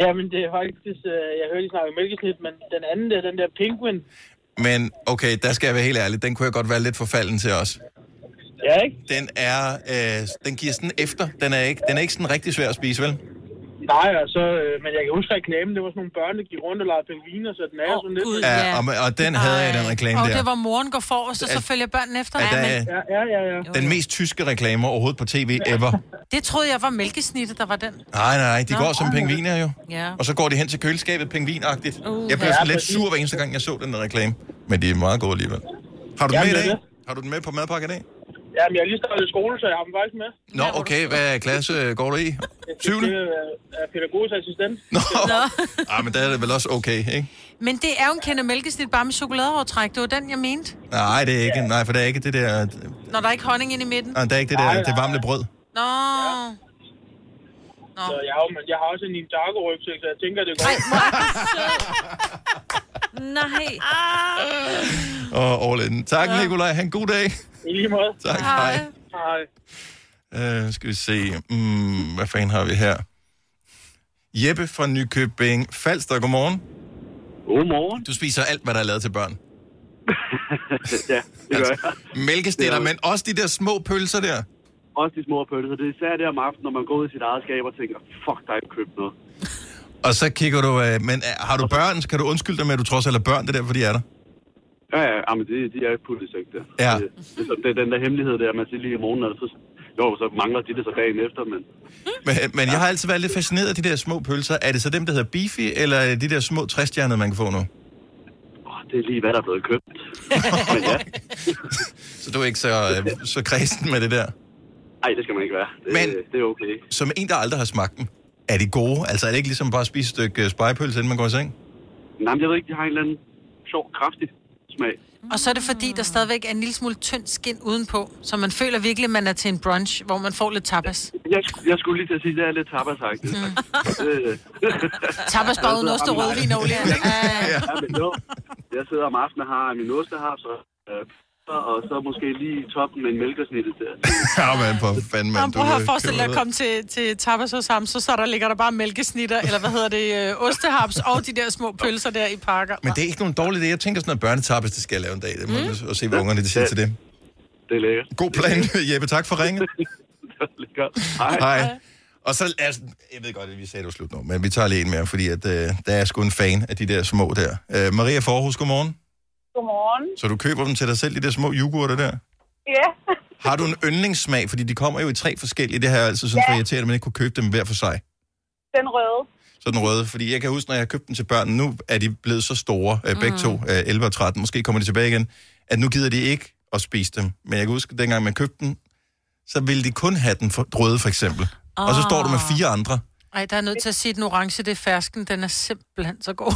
Jamen, det er faktisk... Øh, jeg hørte, I snakke mælkesnit, men den anden der, den der penguin.
Men okay, der skal jeg være helt ærlig. Den kunne jeg godt være lidt forfalden til os.
Ja, ikke?
Den er, øh, den giver sådan efter. Den er, ikke, den er ikke sådan rigtig svær at spise, vel?
Nej, altså, øh, men jeg kan huske reklamen, det var sådan nogle børn, der gik rundt og legede pingviner, så den er oh, sådan lidt...
Ja, og, og den havde jeg, den reklame
Og
der.
det var moren går forrest, og så
At-
følger børnene efter.
at der er-
men-
Ja, ja, ja, ja.
Den mest tyske reklame overhovedet på tv ever.
Det troede jeg var mælkesnittet, der var den.
Nej, nej, nej. De
Nå.
går som pingviner jo.
Ja.
Og så går de hen til køleskabet pingvinagtigt.
Uh,
jeg blev
ja.
sådan
Ja,
lidt
præcis.
sur hver eneste gang, jeg så den der reklame. Men det er meget godt alligevel. Har du
Jamen,
den med i
det er
dag? Har du den med på madpakken i dag?
Jamen, jeg har lige startet i skole, så jeg har dem faktisk med.
Nå, okay, hvad klasse øh, går du i? Syvende?
Jeg er pædagogisk assistent.
Ah, men der er det vel også okay, ikke?
Men det er jo en kende mælkesnit bare med chokoladeovertræk. Det var den, jeg mente.
Nej, det er ikke. Nej, for der er ikke det der... øh,
Når der er ikke honning ind i midten.
Nej, der er ikke det
Nej,
der
nej,
det varme brød.
Nå.
Så jeg har, jo- men jeg har også en Ninjago rygsæk, så jeg tænker, det går.
Nej.
Og all in. Tak, Nikolaj. Han god dag.
I lige måde.
Tak, hej.
Hej.
Uh, skal vi se. Mm, hvad fanden har vi her? Jeppe fra Nykøbing Falster, godmorgen.
Godmorgen.
Du spiser alt, hvad der er lavet til børn.
ja, det gør jeg.
Mælkestiller, men også de der små pølser der.
Også de små pølser. Det er især det om aftenen, når man går ud i sit eget skab og tænker, fuck, der er ikke købt noget.
Og så kigger du, øh, men øh, har du børn, så kan du undskylde dig med, at du trods alt er børn, det er derfor, de er der.
Ja, ja, ja men de, de er puttet i sæk der.
Ja.
Det, det, er sådan- det, er den der hemmelighed der, man siger lige i morgen, og så, jo, så mangler de det så dagen efter, men
Men, øh, men jeg har altid været lidt fascineret af de der små pølser. Er det så dem, der hedder Beefy, eller er det de der små træstjernede, man kan få nu?
åh, det er lige hvad der er blevet købt.
Så du er ikke så, øh, så kristen med det der.
Nej, det skal man ikke være. Det,
øh, Men-
det er okay.
Som en, der aldrig har smagt dem, er de gode? Altså er det ikke ligesom bare at spise et stykke øh, spegepølse, inden man går i seng?
Nej, men jeg ved ikke, de har en eller anden sjov, kraftig smag.
Og så er det fordi, der stadigvæk er en lille smule tynd skin udenpå, så man føler virkelig, at man er til en brunch, hvor man får lidt tapas.
Jeg, jeg skulle lige til at sige, at det er lidt tapasagtigt. Mm.
Altså,
Tapas bare uden ost og rødvin og olie.
Ja, men jo. Jeg sidder om aftenen og har min ostehar, så øh, og så måske lige i toppen med en mælkersnitte der.
Ja, man, for fanden, øh,
Man,
man.
prøv at forestille dig at komme til, til tapas hos ham, så, så der ligger der bare mælkesnitter, eller hvad hedder det, øh, ostehaps og de der små pølser der i pakker.
Men det er ikke nogen dårlig idé. Jeg tænker sådan noget børnetappes, det skal jeg lave en dag. Det må mm. og se, hvad ungerne de siger til det.
Det er lækkert.
God plan, Jeppe. Tak for ringen. Hej. Hej. Og så, altså, jeg ved godt, at vi sagde, at det var slut nu, men vi tager lige en mere, fordi at, øh, der er sgu en fan af de der små der. Øh, Maria Forhus, godmorgen.
Godmorgen.
Så du køber dem til dig selv, de der små yoghurter der?
Ja.
Har du en yndlingssmag? Fordi de kommer jo i tre forskellige. Det her er altid sådan,
Ja.
ja. for irriterende, at man ikke kunne købe dem hver for sig.
Den røde.
Så den røde. Fordi jeg kan huske, når jeg købte dem til børn, nu er de blevet så store, øh, begge
Mm.
to, øh, 11 og 13, måske kommer de tilbage igen, at nu gider de ikke at spise dem. Men jeg kan huske, at dengang man købte dem, så ville de kun have den for, røde, for eksempel. Oh. Og så står du med fire andre.
Ej, der er nødt til at sige, at den orange, det er fersken, den er simpelthen så god.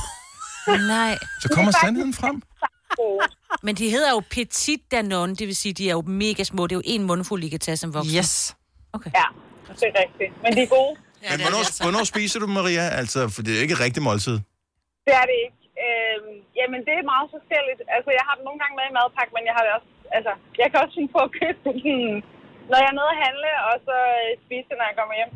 Nej.
Så kommer sandheden frem.
Men de hedder jo Petit Danone, det vil sige, de er jo mega små. Det er jo en mundfuld, I kan tage som voksen.
Yes.
Okay.
Ja, det er rigtigt. Men de er gode.
Ja, Men hvornår, hvornår spiser du dem, Maria? Altså, for det er jo ikke et rigtigt måltid.
Det er det ikke. Øhm, jamen, det er meget forskelligt. Altså, jeg har dem nogle gange med i madpakke, men jeg har det også... Altså, jeg kan også finde på at købe dem, sådan, når jeg er nede at handle, og så øh, spise det, når jeg kommer hjem.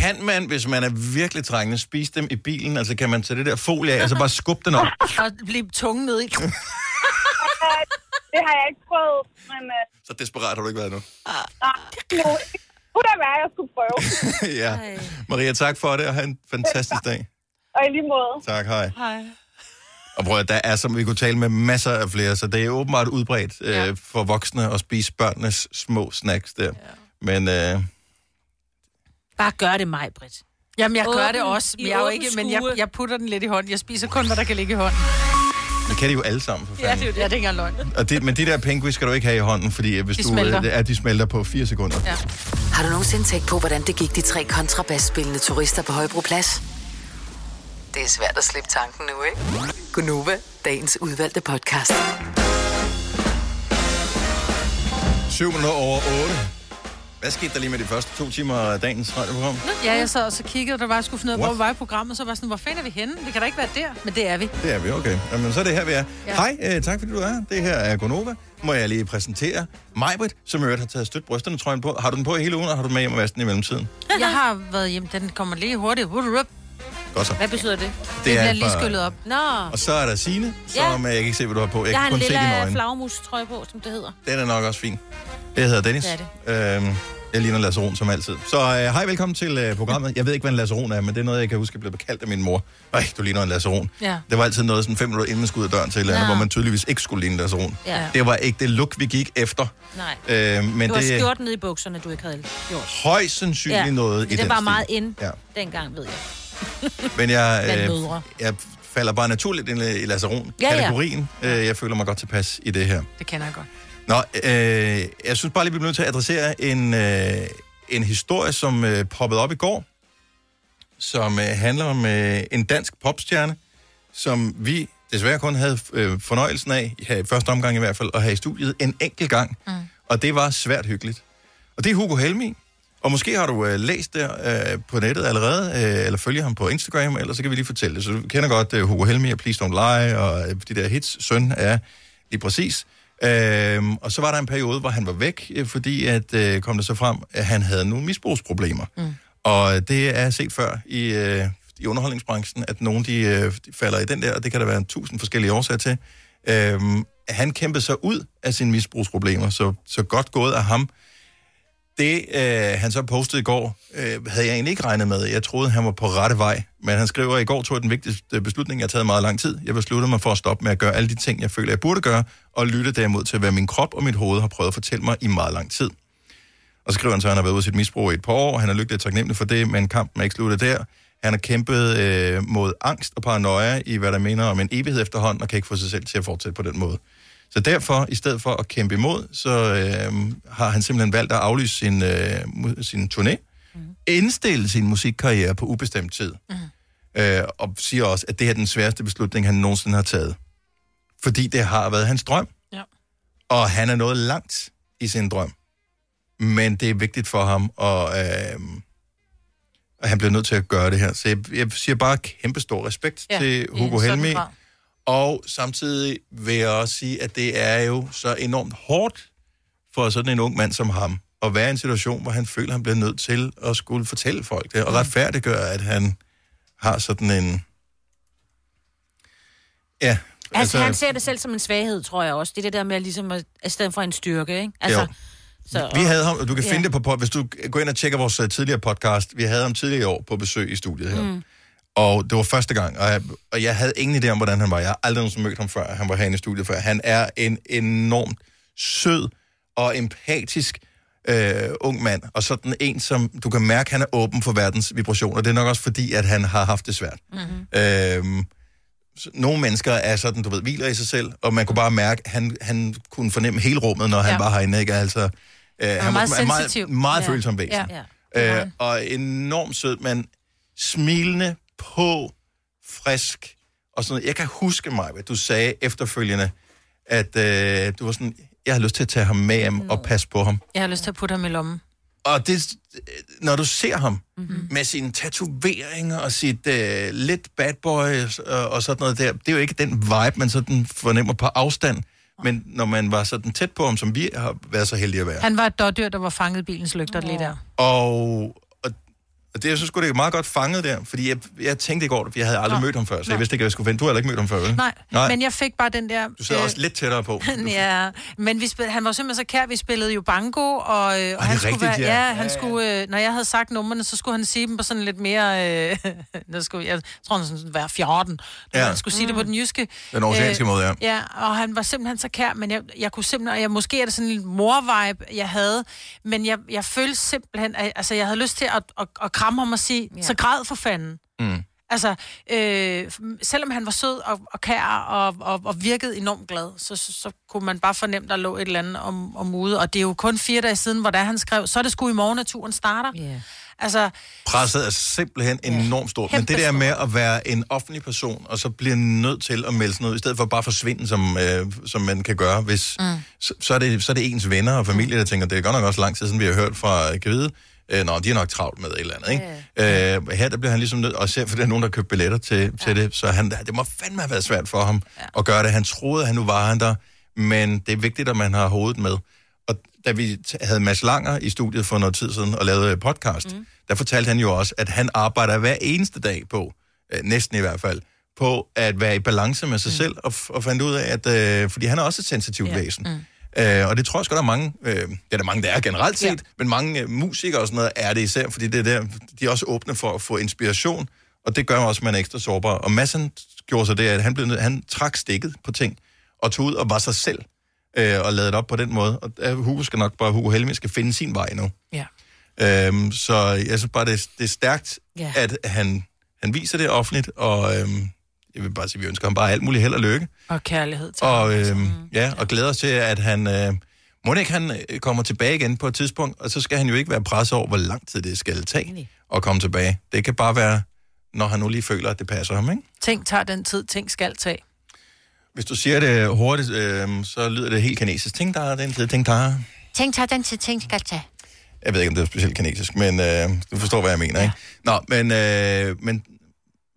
Kan man, hvis man er virkelig trængende, spise dem i bilen? Altså, kan man tage det der folie af, og så bare skubbe den op?
Og blive tungen ned i.
Øh, det har jeg ikke prøvet, men... Øh,
Så desperat har du ikke været nu.
nej, nu, det kunne da være, at jeg skulle prøve.
ja. Maria, tak for det, og have en fantastisk dag.
Og i lige måde.
Tak, hej.
Hej.
Og prøv at der er, som vi kunne tale med, masser af flere, så det er åbenbart udbredt ja. øh, for voksne at spise børnenes små snacks der. Ja. Men øh,
Bare gør det mig, Britt.
Jamen, jeg gør
Åben-
det også, men,
i
jeg, er jo
åben
ikke, men jeg,
skue.
jeg putter den lidt i hånden. Jeg spiser kun, hvad der kan ligge i hånden.
det kan de jo alle sammen, for
Ja, det er
fanden.
jo det. Ja, det er ikke engang løgn.
Og det, men de der penguins skal du ikke have i hånden, fordi øh, hvis
De
du,
smelter.
øh, det er, de smelter på 4 sekunder.
Ja. Har du nogensinde tænkt på, hvordan det gik de tre kontrabasspillende turister på Højbroplads? Det er svært at slippe tanken nu, ikke? Gunova, dagens udvalgte podcast.
7 minutter over 8. Hvad skete der lige med de første to timer af dagens radioprogram?
Ja, jeg sad og så kiggede, og der var, skulle finde ud af,
What?
hvor vi var i programmet, så var jeg sådan, hvor fanden er vi henne? Vi kan da ikke være der, men det er vi.
Det er vi, okay. Jamen, så er det her, vi er. Ja. Hej, øh, tak fordi du er. her. Det her er Gonova. Må jeg lige præsentere Majbrit, som i øvrigt har taget stødt brysterne trøjen på. Har du den på hele ugen, og har du den med hjem og vasken i mellemtiden?
Jeg har været hjem, den kommer lige hurtigt. Hurup.
Godt så.
Hvad betyder det?
Det
Det
er
bliver lige
bare-
skyllet op.
Nå,
Og så er der Signe, som ja. jeg kan ikke se, hvad du har på. Jeg,
jeg har
kan kun
en
se dine
lille
øjne.
flagermus-trøje på, som det hedder.
Den er nok også fin. Jeg hedder Dennis.
Det
er det. Øhm, jeg ligner Lasse Ron som altid. Så øh, hej, velkommen til øh, programmet. Jeg ved ikke, hvad en Lasse Ron er, men det er noget, jeg kan huske, jeg blev kaldt af min mor. Øj, du ligner en Lasse Ron.
Ja.
Det var altid noget sådan fem minutter, inden man skulle ud af døren til et eller andet,
Ja.
hvor man tydeligvis ikke skulle ligne en Lasse Ron.
Ja.
Det var ikke det look, vi gik efter.
Nej.
Øh, men
Men det var
det er
skjorten nede i bukserne, du ikke havde gjort.
højst sandsynligt ja. noget i
det
den
var
stil.
meget ind
Ja.
ja. dengang, ved jeg.
Men jeg,
Blandt
øh,
mødre.
jeg falder bare naturligt ind i Øh, Lasse
Ja, ja.
Ron-kategorien. Ja, ja. Jeg føler mig godt tilpas i det her.
Det kender jeg godt.
Nå, øh, jeg synes bare lige, vi bliver nødt til at adressere en, øh, en historie, som øh, poppede op i går, som øh, handler om øh, en dansk popstjerne, som vi desværre kun havde øh, fornøjelsen af, her i første omgang i hvert fald, at have i studiet en enkelt gang. Mm. Og det var svært hyggeligt. Og det er Hugo Helmi. Og måske har du øh, læst det øh, på nettet allerede, øh, eller følger ham på Instagram, eller så kan vi lige fortælle det. Så du kender godt øh, Hugo Helmi og Please Don't Lie, og øh, de der hits, søn er lige præcis. Øhm, og så var der en periode, hvor han var væk, øh, fordi at øh, kom det så frem, at han havde nogle misbrugsproblemer. Mm. Og det er set før i, øh, i underholdningsbranchen, at nogen de, øh, de falder i den der, og det kan der være tusind forskellige årsager til. Øhm, han kæmpede sig ud af sine misbrugsproblemer, så, så godt gået af ham. Det, øh, han så postede i går, øh, havde jeg egentlig ikke regnet med. Jeg troede, han var på rette vej. Men han skriver, at i går tog jeg den vigtigste øh, beslutning, jeg har taget meget lang tid. Jeg besluttede mig for at stoppe med at gøre alle de ting, jeg føler, jeg burde gøre, og lytte derimod til, hvad min krop og mit hoved har prøvet at fortælle mig i meget lang tid. Og så skriver han så, at han har været ude af sit misbrug i et par år. Han er lykkelig og taknemmelig for det, men kampen er ikke sluttet der. Han har kæmpet øh, mod angst og paranoia i, hvad der mener om en evighed efterhånden, og kan ikke få sig selv til at fortsætte på den måde. Så derfor, i stedet for at kæmpe imod, så øh, har han simpelthen valgt at aflyse sin, øh, mu- sin turné, mm. indstille sin musikkarriere på ubestemt tid, mm. øh, og siger også, at det her er den sværeste beslutning, han nogensinde har taget. Fordi det har været hans drøm.
Ja.
Og han er nået langt i sin drøm. Men det er vigtigt for ham, og, øh, og han bliver nødt til at gøre det her. Så jeg, jeg siger bare kæmpe stor respekt ja, til Hugo
sådan
Helmi.
grad.
Og samtidig vil jeg også sige, at det er jo så enormt hårdt for sådan en ung mand som ham, at være i en situation, hvor han føler, han bliver nødt til at skulle fortælle folk det, og retfærdiggøre, at han har sådan en... Ja,
Altså, altså, han ser det selv som en svaghed, tror jeg også. Det er det der med at ligesom at, i stedet for en styrke, ikke? Altså,
Jo.
så,
Vi havde ham, og du kan
Ja.
finde det på, pod- hvis du går ind og tjekker vores øh, tidligere podcast, vi havde ham tidligere i år på besøg i studiet her. Mm. Og det var første gang, og jeg, og jeg havde ingen idé om, hvordan han var. Jeg har aldrig nogensinde mødt ham før, han var herinde i studiet før. Han er en enormt sød og empatisk øh, ung mand, og sådan en, som du kan mærke, han er åben for verdens vibrationer. Det er nok også fordi, at han har haft det svært.
Mm-hmm.
Øhm, så nogle mennesker er sådan, du ved, hviler i sig selv, og man kunne bare mærke, at han, han kunne fornemme hele rummet, når ja. han var herinde, ikke? Altså, øh, han, var
meget
meget, meget,
sensitiv.
meget
Ja.
følsom væsen.
Ja.
Ja. Øh, og enormt sød, men smilende, på, frisk og sådan noget. Jeg kan huske mig, hvad du sagde efterfølgende, at øh, du var sådan, jeg har lyst til at tage ham med hjem og passe på ham.
Jeg har lyst til at putte ham i lommen.
Og det, når du ser ham
Mhm.
mm-hmm. med sine tatoveringer og sit øh, lidt bad boys og, og sådan noget der, det er jo ikke den vibe, man sådan fornemmer på afstand. Men når man var sådan tæt på ham, som vi har været så heldige at være.
Han var et dårdyr, der var fanget i bilens lygter lige der.
Og, og, og det, jeg synes sgu, det er meget godt fanget der, fordi jeg, jeg tænkte i går, at jeg havde aldrig
Nå.
mødt ham før, så
Nej.
jeg vidste ikke, at jeg skulle finde. Du har heller ikke mødt ham før, vel?
Nej,
Nej.
men jeg fik bare den der...
Du sidder
øh,
også lidt tættere på.
ja, men vi spil, han var simpelthen så kær, vi spillede jo bango, og, øh, og han skulle
rigtigt,
være,
ja.
ja, han
Ja, ja.
skulle, øh, når jeg havde sagt numrene, så skulle han sige dem på sådan lidt mere, øh, der skulle, jeg tror han sådan være 14, ja.
Ja.
han skulle sige det på den jyske.
Den aarhusianske måde, ja.
Øh, Ja, og han var simpelthen så kær, men jeg, jeg kunne simpelthen, og jeg, måske er det sådan en mor-vibe, jeg havde, men jeg, jeg følte simpelthen, at, altså jeg havde lyst til at, at, at kramme ham og sige, ja. så græd for fanden.
Mm.
Altså, øh, f- selvom han var sød og, og kær og, og, og virkede enormt glad, så, så, så kunne man bare fornemme, der lå et eller andet om, om ude. Og det er jo kun fire dage siden, hvor der han skrev, så er det sgu i morgen, naturen starter. Yeah. Altså,
Presset er simpelthen enormt stort. Men det der med at være en offentlig person, og så bliver nødt til at melde sådan noget, i stedet for bare at forsvinde, som, øh, som man kan gøre, hvis, mm. så, så, er det, så er det ens venner og familie, der tænker, det er godt nok også lang tid siden, vi har hørt fra øh, Gide. Øh, nå, de er nok travlt med et eller andet, ikke? Yeah. Øh, her der bliver han ligesom nødt, og ser, for der er nogen, der har købt billetter til, til det, så han, det må fandme have været svært for ham ja. at gøre det. Han troede, han nu var han der, men det er vigtigt, at man har hovedet med. Og da vi t- havde Mads Langer i studiet for noget tid siden og lavede øh, podcast, mm. der fortalte han jo også, at han arbejder hver eneste dag på, øh, næsten i hvert fald, på at være i balance med sig mm. selv, og, f- og fandt ud af, at øh, fordi han er også et sensitivt yeah. væsen. Mm. Øh, og det tror jeg også, der er mange, øh, det er der mange, der er generelt set, yeah. men mange øh, musikere og sådan noget er det især, fordi det er der, de er også åbne for at få inspiration, og det gør også, at man er ekstra sårbar. Og Madsen gjorde så det, at han, blev, nød- han trak stikket på ting, og tog ud og var sig selv, øh, og lavede det op på den måde. Og øh, Hugo skal nok bare, Hugo Helmi skal finde sin vej nu.
Ja.
Øhm, så jeg synes bare, det, er- det er stærkt,
Ja.
ja. at han, han viser det offentligt, og øhm, jeg vil bare sige, vi ønsker ham bare alt muligt held og lykke.
og kærlighed til
Og, øhm, ja, og glæder os til, at han, øh, Må ikke han øh, kommer tilbage igen på et tidspunkt, og så skal han jo ikke være presset over, hvor lang tid det skal tage at komme tilbage. Det kan bare være, når han nu lige føler, at det passer ham, ikke?
Ting tager den tid, ting skal tage.
Hvis du siger det hurtigt, øh, så lyder det helt kinesisk. Ting der er den tid, ting der er.
Tænk, tager den til ting, skal tage.
Jeg ved ikke, om det er specielt kinesisk, men øh, du forstår, hvad jeg mener, ikke? Nå, men, øh, men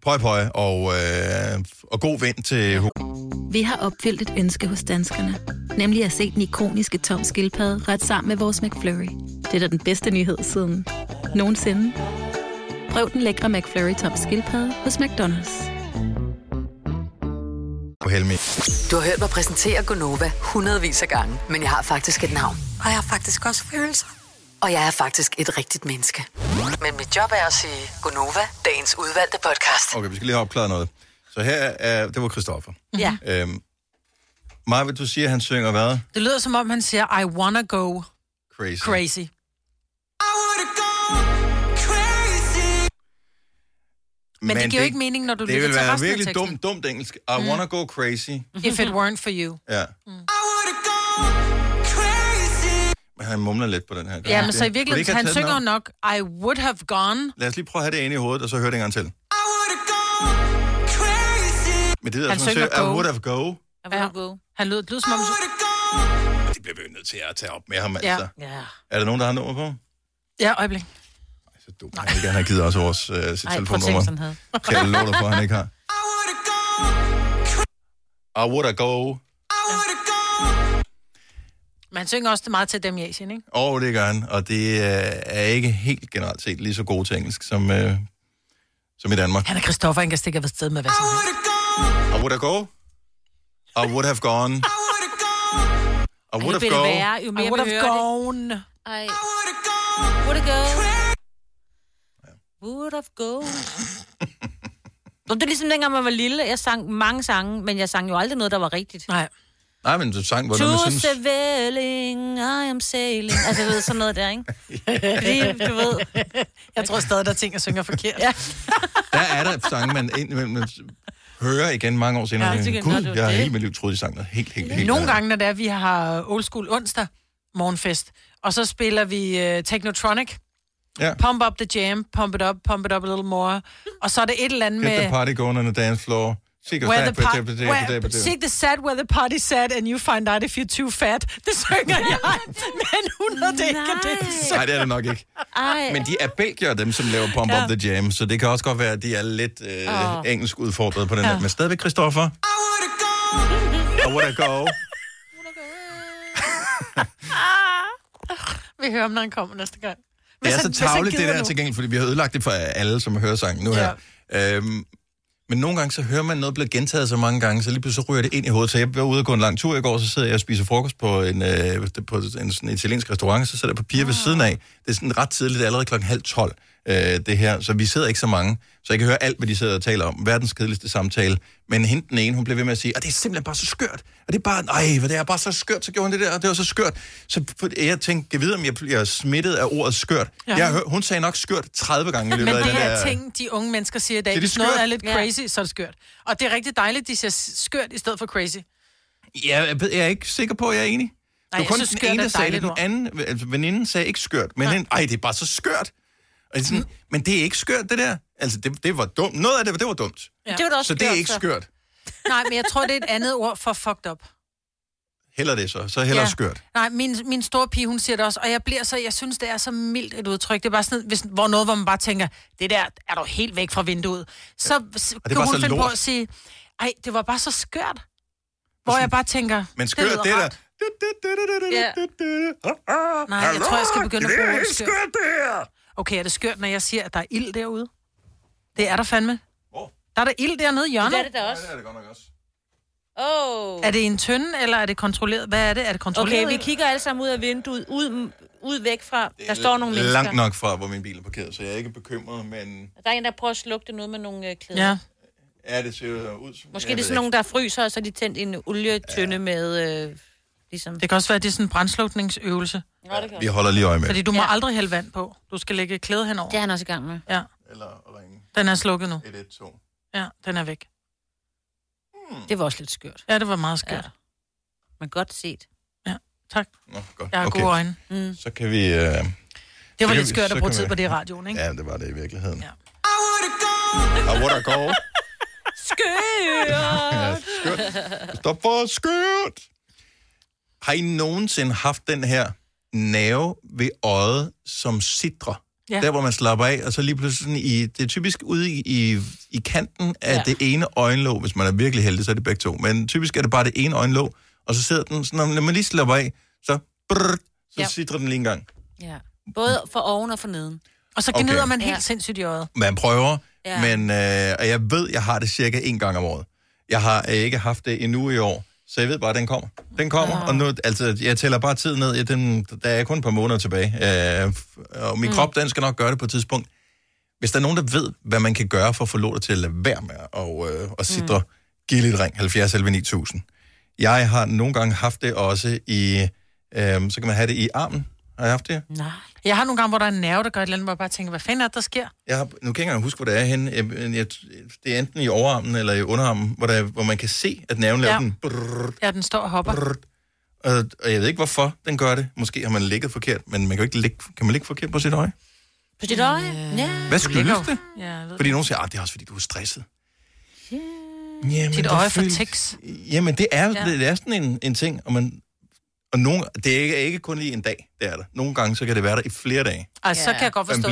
pøj pøj, og, øh, og god vind til...
Vi har opfyldt et ønske hos danskerne. Nemlig at se den ikoniske tom skildpadde ret sammen med vores McFlurry. Det er da den bedste nyhed siden nogensinde. Prøv den lækre McFlurry tom skildpadde hos McDonald's.
Helmi.
Du har hørt mig præsentere Gonova hundredvis af gange, men jeg har faktisk et navn. Og jeg har faktisk også følelser. Og jeg er faktisk et rigtigt menneske.
Men mit job er at sige
Gonova, dagens udvalgte podcast.
Okay, vi skal lige have opklaret noget. Så her er... Det var Christoffer.
Ja.
Øhm, Maja, vil du sige, at han synger hvad?
Det lyder som om, han siger, I wanna go
Crazy.
crazy. Men, Men det giver jo ikke mening, når du
Det
lytter
vil
til
være
resten af
virkelig
teksten.
dumt, dumt engelsk. I
Mm.
wanna go crazy.
If it weren't for you.
Ja. Men han mumler lidt på den her.
Ja, men så i
Kunne du ikke have
virkeligheden, han
taget den
synger
op?
nok, I would have gone.
Lad os lige prøve at have det inde i hovedet, og så høre det en gang til. Men det lyder,
Han
som han
synger
synger, I
go.
would have go.
I would have gone. Han lød, lød som om...
Det bliver vi jo nødt til at tage op med ham,
Ja.
altså.
Ja.
Er der nogen, der har nummer på?
Ja, øjeblik.
Nej. Han, ikke, han har givet også vores øh, sit
Ej, prøv at tænke,
telefonnummer.
sådan havde.
Kan jeg love dig for, at han ikke har. I would have go.
Man synger også det meget til dem i Asien, ikke?
Og oh, det gør han, og det øh, er ikke helt generelt set lige så god til engelsk som, øh, som i Danmark.
Han er Christoffer, han kan stikke af sted med hvad som helst.
I would have go. I would have gone. I would have go.
jo
I
mere
would
vi
have
hører det.
gone.
Ej. Would have gone. Would have gone. Nå, Det er ligesom dengang, man var lille. Jeg sang mange sange, men jeg sang jo aldrig noget, der var rigtigt.
Nej.
Nej, men du sang, hvordan
To
du synes.
sailing, I am sailing. Altså, du ved, sådan noget der, ikke? Fordi, du ved...
Jeg tror stadig, der er ting, jeg synger forkert.
Ja.
Der er der sange, man indimellem man hører igen mange år senere.
Ja,
Ja,
det
tænker,
kan godt
Gud,
være
jeg har
det."
hele mit liv troet, de sang noget helt, helt, helt.
Nogle gange, når det er, vi har old school onsdag morgenfest, og så spiller vi uh, Technotronic.
Ja.
Pump up the jam, pump it up, pump it up a little more. Og så er det et eller andet
Get the
med...
party going on the dance floor. Seek
Where the
par-
par- where, seek the sad where the party's sad, and you find out if you're too fat. Det synger jeg, men hun er det ikke, og det er
Nej, det er det nok ikke.
Ej.
Men de er belgier, dem som laver Pump
Ja.
Up The Jam, så det kan også godt være, at de er lidt øh,
Åh.
engelsk udfordret på den
Ja.
her. Men stadigvæk, Christoffer. I would have go.
Vi hører om, når han kommer næste gang.
Det
Hvis
er
han-
så
hvis han
tavligt, det
gider
der
nu.
til gengæld, fordi vi har ødelagt det for alle, som hører sangen nu her. Øhm, men nogle gange, så hører man noget blive gentaget så mange gange, så lige pludselig så ryger det ind i hovedet. Så jeg var ude og gå en lang tur i går, så sidder jeg og spiser frokost på en, øh, på en sådan italiensk restaurant, så sidder der papir
Ah.
ved siden af. Det er sådan ret tidligt, det er allerede klokken halv tolv, øh, det her. Så vi sidder ikke så mange, så jeg kan høre alt, hvad de sidder og taler om. Verdens kedeligste samtale. Men hende den ene, hun blev ved med at sige, at det er simpelthen bare så skørt. Og det er bare, nej, hvor det er bare så skørt, så gjorde hun det der, og det var så skørt. Så jeg tænkte, jeg ved, om jeg bliver smittet af ordet skørt.
Ja.
Ja. Jeg, hør- hun sagde nok skørt 30 gange i
Men
løbet af den
det
der...
er ting, de unge mennesker siger i dag.
Det er
Hvis
det
noget
skørt.
er lidt
Ja.
crazy, så er det skørt. Og det er rigtig dejligt, de siger skørt i stedet for crazy.
Ja, jeg, ved- jeg er ikke sikker på, at jeg er enig.
Nej,
Nej, det
jeg
var kun
synes,
den
skørt
ene,
er
der
et
sagde det. Den
dejligt
anden altså, veninde sagde ikke skørt, men den, ej, det er bare så skørt. Og jeg er sådan,
Mm.
Men det er ikke skørt, det der. Altså, det, det var dumt. Noget af det, det var dumt.
Ja. Det var da også
så det er
skørt,
ikke
så.
skørt.
Nej, men jeg tror, det er et andet ord for fucked up.
Heller det så. Så heller
Ja.
ja. skørt.
Nej, min, min store pige, hun siger det også, og jeg bliver så, jeg synes, det er så mildt et udtryk. Det er bare sådan, hvis, hvor noget, hvor man bare tænker, det der er du helt væk fra vinduet. Så ja.
er
kan
bare
hun
så
finde på
lort.
at sige, ej, det var bare så skørt. Hvor jeg bare tænker,
Men skørt, det,
lyder
det der.
rart. Ja. Nej, jeg tror, jeg skal begynde at
det er
bruge
helt skørt, det her.
Okay, er det skørt, når jeg siger, at der er ild derude? Det er der fandme. Der er der ild dernede i hjørnet.
Det er det da også.
Ja, det er det godt nok også.
Oh.
Er det i en tønde, eller er det kontrolleret? Hvad er det? Er det kontrolleret?
Okay, vi
ild?
kigger alle sammen ud af vinduet, ud, ud væk fra. Der står nogle mennesker.
Langt nok fra, hvor min bil er parkeret, så jeg er ikke bekymret, men
Der er en, der prøver at slukke det noget med nogle øh, klæder.
Ja.
er det ser jo ud som... jeg
Måske det er
ved
sådan nogen, der fryser, og så er de tændt en olietønde ja. med... Øh, ligesom.
Det kan også være, at det er sådan en brandslukningsøvelse.
Nå, det kan
Vi holder lige øje med.
Fordi du må ja. aldrig hælde vand på. Du skal lægge et klæde henover. Det
er han også i gang med.
Ja.
Eller ringe.
Den er slukket nu.
112.
Ja, den er væk.
Det var også lidt skørt.
Ja, det var meget skørt.
Men godt set.
Ja. Tak.
Nå, godt.
Jeg har okay. gode øjne. Mm.
Så kan vi... Øh,
Det
så
var
kan
lidt
vi-
skørt
så
at bruge
kan
tid
vi-
på det i radioen, ikke?
Ja, det var det i virkeligheden. Ja. I wanna go. Ja,
Skørt!
skørt. Stop for skørt. Har I nogensinde haft den her nerve ved øjet, som sidder?
Ja.
Ja. Der, hvor man slapper af, og så lige pludselig sådan i, det er typisk ude i, i, i kanten af
Ja.
ja. det ene øjenlåg. Hvis man er virkelig heldig, så er det begge to. Men typisk er det bare det ene øjenlåg, og så sidder den sådan, og når man lige slapper af, så, brrr, så
Ja.
ja. sidder den lige en gang.
Ja. Både for oven og for neden.
Og så
gnider Okay. man
helt sindssygt i øjet.
Man prøver,
Ja.
ja. men øh, og jeg ved, jeg har det cirka en gang om året. Jeg har øh, ikke haft det endnu i år, så jeg ved bare, at den kommer. Den kommer, og nu, altså, jeg tæller bare tid ned. Ja, den, der er kun et par måneder tilbage, øh, f- og min
Mm.
mm. krop, den skal nok gøre det på et tidspunkt. Hvis der er nogen, der ved, hvad man kan gøre for at få lortet til at lade være med og, øh, og sidre, mm. giv lidt ring, 70 11 9000. Jeg har nogle gange haft det også i, øh, så kan man have det i armen. Har jeg haft det?
Nej. Jeg har nogle gange, hvor der er en nerve, der gør et eller andet, hvor jeg bare tænker, hvad fanden er det, der sker?
Jeg har, nu kan jeg ikke engang huske, hvor det er henne. Jeg, men jeg, det er enten i overarmen eller i underarmen, hvor, der, er- hvor man kan se, at nerven laver
Ja.
ja. den. Brrr,
Ja, den står og hopper.
og, og jeg ved ikke, hvorfor den gør det. Måske har man ligget forkert, men man kan, jo ikke ligge, kan man ligge forkert på sit øje?
På dit øje? Ja.
Hvad skyldes det?
Ja, jeg ved
Fordi nogen siger, at det er også fordi, du er stresset.
Jamen, Dit
det
øje for
føles-
tics.
Jamen, det er,
Ja.
ja. det er sådan en, en ting, og, man, og nogen, det er ikke, er ikke kun lige en dag, det er der. Nogle gange, så kan det være der i flere dage.
Ej, Altså, så kan jeg godt forstå,
man
det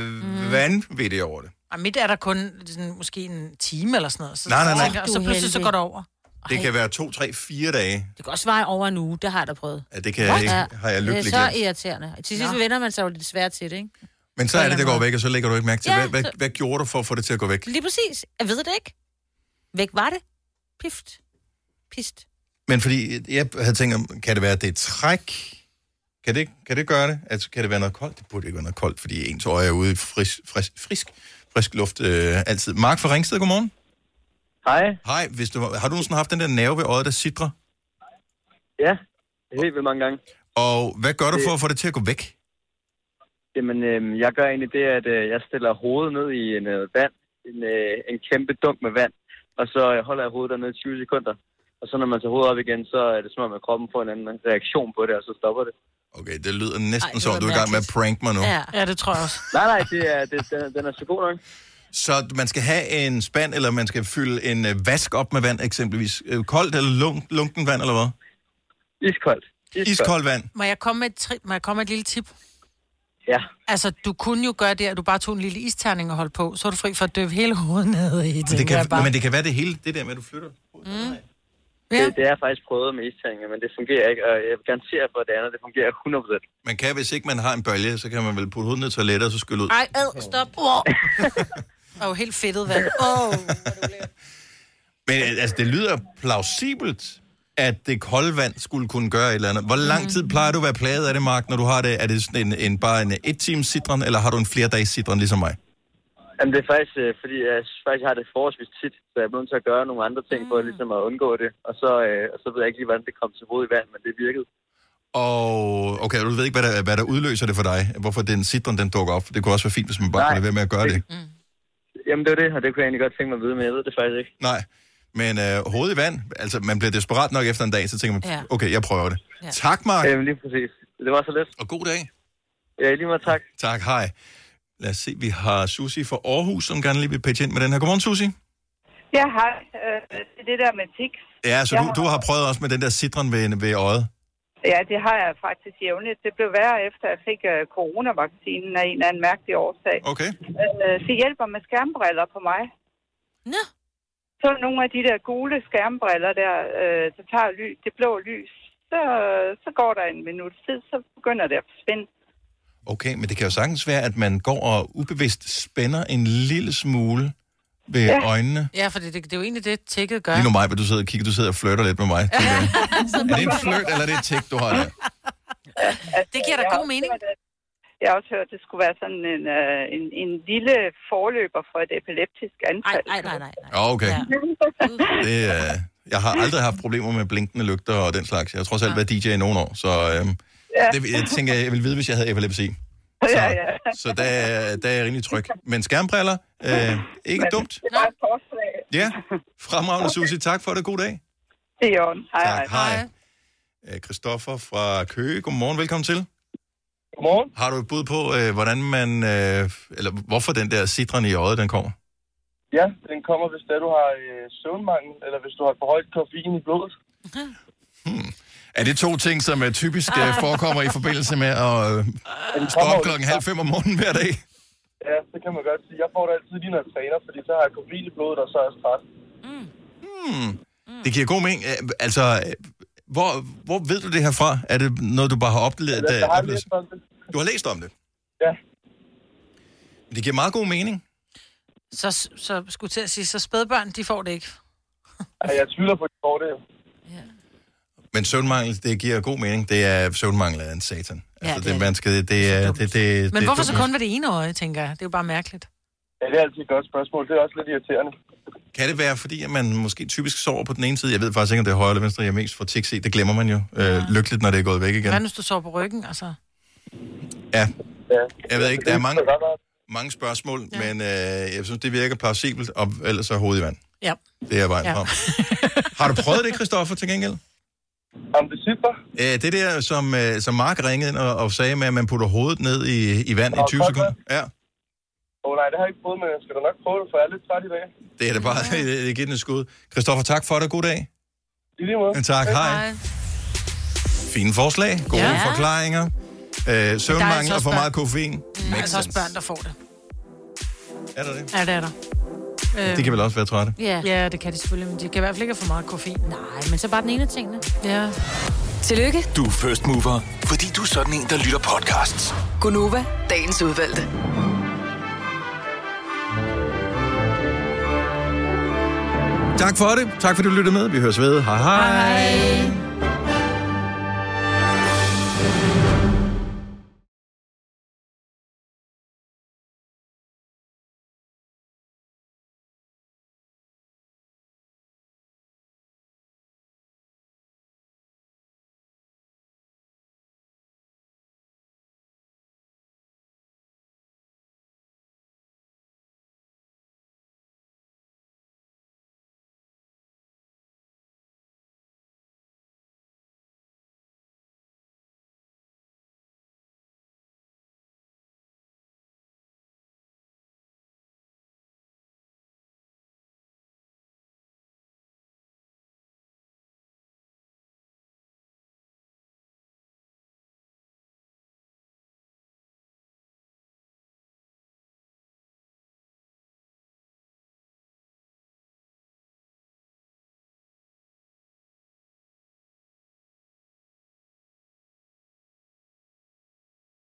Mhm.
bliver
irriterer.
øh, vanvittig over det.
Og mit er der kun sådan, måske en time eller sådan noget. Så,
Nej, nej, nej.
Tænker, jeg, og så
Du er
pludselig så
heldig.
går det over.
Det kan være to, tre, fire dage,
Det kan også være over en uge, det har jeg da prøvet.
Ja, det kan jeg ikke, har jeg lykkelig
Det er så
glemt.
irriterende. Til sidst
Nå.
vender man sig jo lidt svært til det, ikke?
Men så er det, det går væk, og så lægger du ikke mærke til,
Ja,
ja, hvad, hvad,
så-
hvad gjorde du for at få det til at gå væk?
Lige præcis. Jeg ved det ikke. Væk var det. Pift. Pist.
Men fordi jeg havde tænkt, om, kan det være, at det er et træk? Kan det, kan det gøre det? Altså, kan det være noget koldt? Det burde ikke være noget koldt, fordi ens øje er ude i frisk, frisk, frisk, frisk luft øh, altid. Mark fra Ringsted, godmorgen.
Hej.
Hej. Hvis du, har du nogensinde haft den der nerve ved øjet, der sidder?
Ja, helt vildt mange gange.
Og hvad gør du for at få det til at gå væk?
Jamen, øh, jeg gør egentlig det, at øh, jeg stiller hovedet ned i en øh, vand, en, øh, en kæmpe dunk med vand, og så øh, holder jeg hovedet dernede i 20 sekunder. Og så når man tager hovedet op igen, så er det som om, at kroppen får en anden reaktion på det, og så stopper det.
Okay, det lyder næsten som, du er i gang med at prank mig nu.
ja, det tror jeg også.
Nej, nej, det er, det, den, den er så god nok.
Så man skal have en spand, eller man skal fylde en øh, vask op med vand, eksempelvis. Øh, Koldt eller lunk, lunken vand, eller hvad?
Iskoldt.
Iskoldt, vand.
Må jeg komme med et, tri- må jeg komme med et lille tip?
Ja.
Altså, du kunne jo gøre det, at du bare tog en lille isterning og holdt på, så er du fri for at døbe hele hovedet ned i
Men det, kan,
bare.
men det kan være det hele, det der med, at du flytter.
Mm. Det, det har jeg faktisk prøvet med istændinger, men det fungerer ikke, og øh, jeg garanterer for at det andet, det fungerer 100%.
Man kan, hvis ikke man har en bølge, så kan man vel putte hovedet ned i toilettet, og så skylle ud.
Ej, ad, stop. Wow. og jo helt fedtet vand. Oh.
Men øh, altså, det lyder plausibelt, at det kolde vand skulle kunne gøre et eller andet. Hvor lang tid plejer du at være plaget af det, Mark, når du har det? Er det sådan en, en bare en et times sidren, eller har du en flere dages sidren ligesom mig?
Jamen, det er faktisk, øh, fordi jeg s- faktisk har det forholdsvis tit, så jeg er nødt til at gøre nogle andre ting for ligesom at undgå det. Og så, øh, og så ved jeg ikke lige, hvordan det kom til hovedet i vand, men det virkede.
Og okay, du ved ikke, hvad der, hvad der udløser det for dig. Hvorfor den sidren, den dukker op. Det kunne også være fint, hvis man bare kunne lade være med at gøre det.
Jamen, det var det, og det kunne jeg egentlig godt tænke mig at vide, men jeg ved det faktisk ikke.
Nej. Men øh, hovedet i vand, altså man bliver desperat nok efter en dag, så tænker man,
Ja.
ja. okay, jeg prøver det. Ja. Tak, Mark.
Jamen, lige præcis. Det var så let.
Og god dag.
Ja, i lige meget tak.
Tak, hej. Lad os se, vi har Susi fra Aarhus, som gerne lige vil pitche ind med den her. Godmorgen, Susi.
Ja, hej. Øh, det er det der med tics.
Ja, så
Jeg
du, du har prøvet også med den der sidren ved, ved øjet.
Ja, det har jeg faktisk jævnligt. Det blev værre efter, at jeg fik øh, coronavaccinen af en eller anden mærkelig årsag.
Okay.
Øh, det hjælper med skærmbriller på mig.
Nå.
Så nogle af de der gule skærmbriller der, øh, der tager ly, det blå lys. Så, så går der en minut tid, så begynder det at forsvinde.
Okay, men det kan jo sagtens være, at man går og ubevidst spænder en lille smule ved ja. øjnene.
Ja, for det, det, det er jo egentlig det, tækket gør.
Lige nu mig, hvor du sidder og kigger, du sidder og flirter lidt med mig. tænker jeg. Er det en flirt, eller er det et tæk, du har der?
Det giver da god mening. øh, Jeg har også hørt, at det skulle være sådan en, øh, en, en lille forløber for et epileptisk anfald. Nej, nej, nej.
Ja, okay. Det, øh, jeg har aldrig haft problemer med blinkende lygter og den slags. Jeg har trods alt været DJ i nogle år, så øhm,
Ja.
det, jeg tænker, jeg ville vide, hvis jeg havde epilepsi.
Så, ja, ja.
Så der, er- der er jeg rimelig tryg. Men skærmbriller, øh, ikke dumt.
Det var et forslag.
Ja, fremragende Susie. Tak for det. God dag.
Det er i orden. Hej,
Tak, hej. øh, Christoffer fra Køge. Godmorgen, velkommen til.
Godmorgen.
Har du et bud på, øh, hvordan man, øh, eller hvorfor den der citron i øjet, den kommer?
Ja, den kommer, hvis det er, du har øh, søvnmangel, eller hvis du har for højt koffein i blodet.
Er det to ting, som øh, typisk øh, forekommer i forbindelse med at øh, stå op klokken halv fem om morgenen hver dag?
Ja, det kan man godt sige. Jeg får det altid lige, når jeg træner, fordi så har jeg koffein i blodet, og så er jeg træt.
Hmm. Det giver god mening. Øh, Altså, øh, hvor, hvor ved du det her fra? Er det noget, du bare har oplevet?
Jeg har læst om det.
Du har læst om det?
Ja.
Det giver meget god mening.
Så, så skulle til at sige, så spædbørn, de får det ikke.
Ej, Altså, jeg tvivler på, at de får det.
Men søvnmangel, det giver god mening. Det er søvnmangel af en satan.
Ja,
Altså,
det
ja, det,
er det.
man skal, det, er, det, det, det,
Men
er
hvorfor så
dumt.
kun ved det ene øje, tænker jeg? Det er jo bare mærkeligt.
Ja, det er altid et godt spørgsmål. Det er også lidt irriterende.
Kan det være, fordi at man måske typisk sover på den ene side? Jeg ved faktisk ikke, om det er højre eller venstre, jeg er mest for tikse. Det glemmer man jo øh, lykkeligt, når det er gået væk igen.
Hvad hvis du sover på ryggen, altså?
Ja. Jeg ved ikke, der er mange, mange spørgsmål, ja. men øh, jeg synes, det virker plausibelt, og ellers er hovedet i vand.
Ja.
Det er vejen
Ja.
ja. frem. Har du prøvet det, Christoffer, til gengæld?
Om det super?
Æ, det der, som, øh, som Mark ringede ind og, og sagde med, at man putter hovedet ned i, i vand i 20 sekunder. Ja.
Åh oh, nej, det har jeg ikke prøvet, men jeg skal da nok prøve det, for jeg er lidt træt i dag.
Det er da bare, det det giver den et skud. Christoffer, tak for det. God dag.
I lige måde.
Tak, hej. Fine forslag, gode
Ja.
ja. forklaringer. Øh, søvnmangel
altså
og
også
for meget
børn.
koffein.
Der er
Makes
altså også
sense.
børn, der får det.
Er der det?
Ja, det er der. Øh,
De kan vel også være trætte.
Ja. ja, det kan de selvfølgelig, men de kan i hvert fald ikke have for meget koffein. Nej, men så bare den ene af tingene. Ja.
Tillykke.
Du er first mover, fordi du er sådan en, der lytter podcasts.
Gunova, dagens udvalgte.
Tak for det. Tak fordi du lyttede med. Vi høres ved. Hej hej. hej.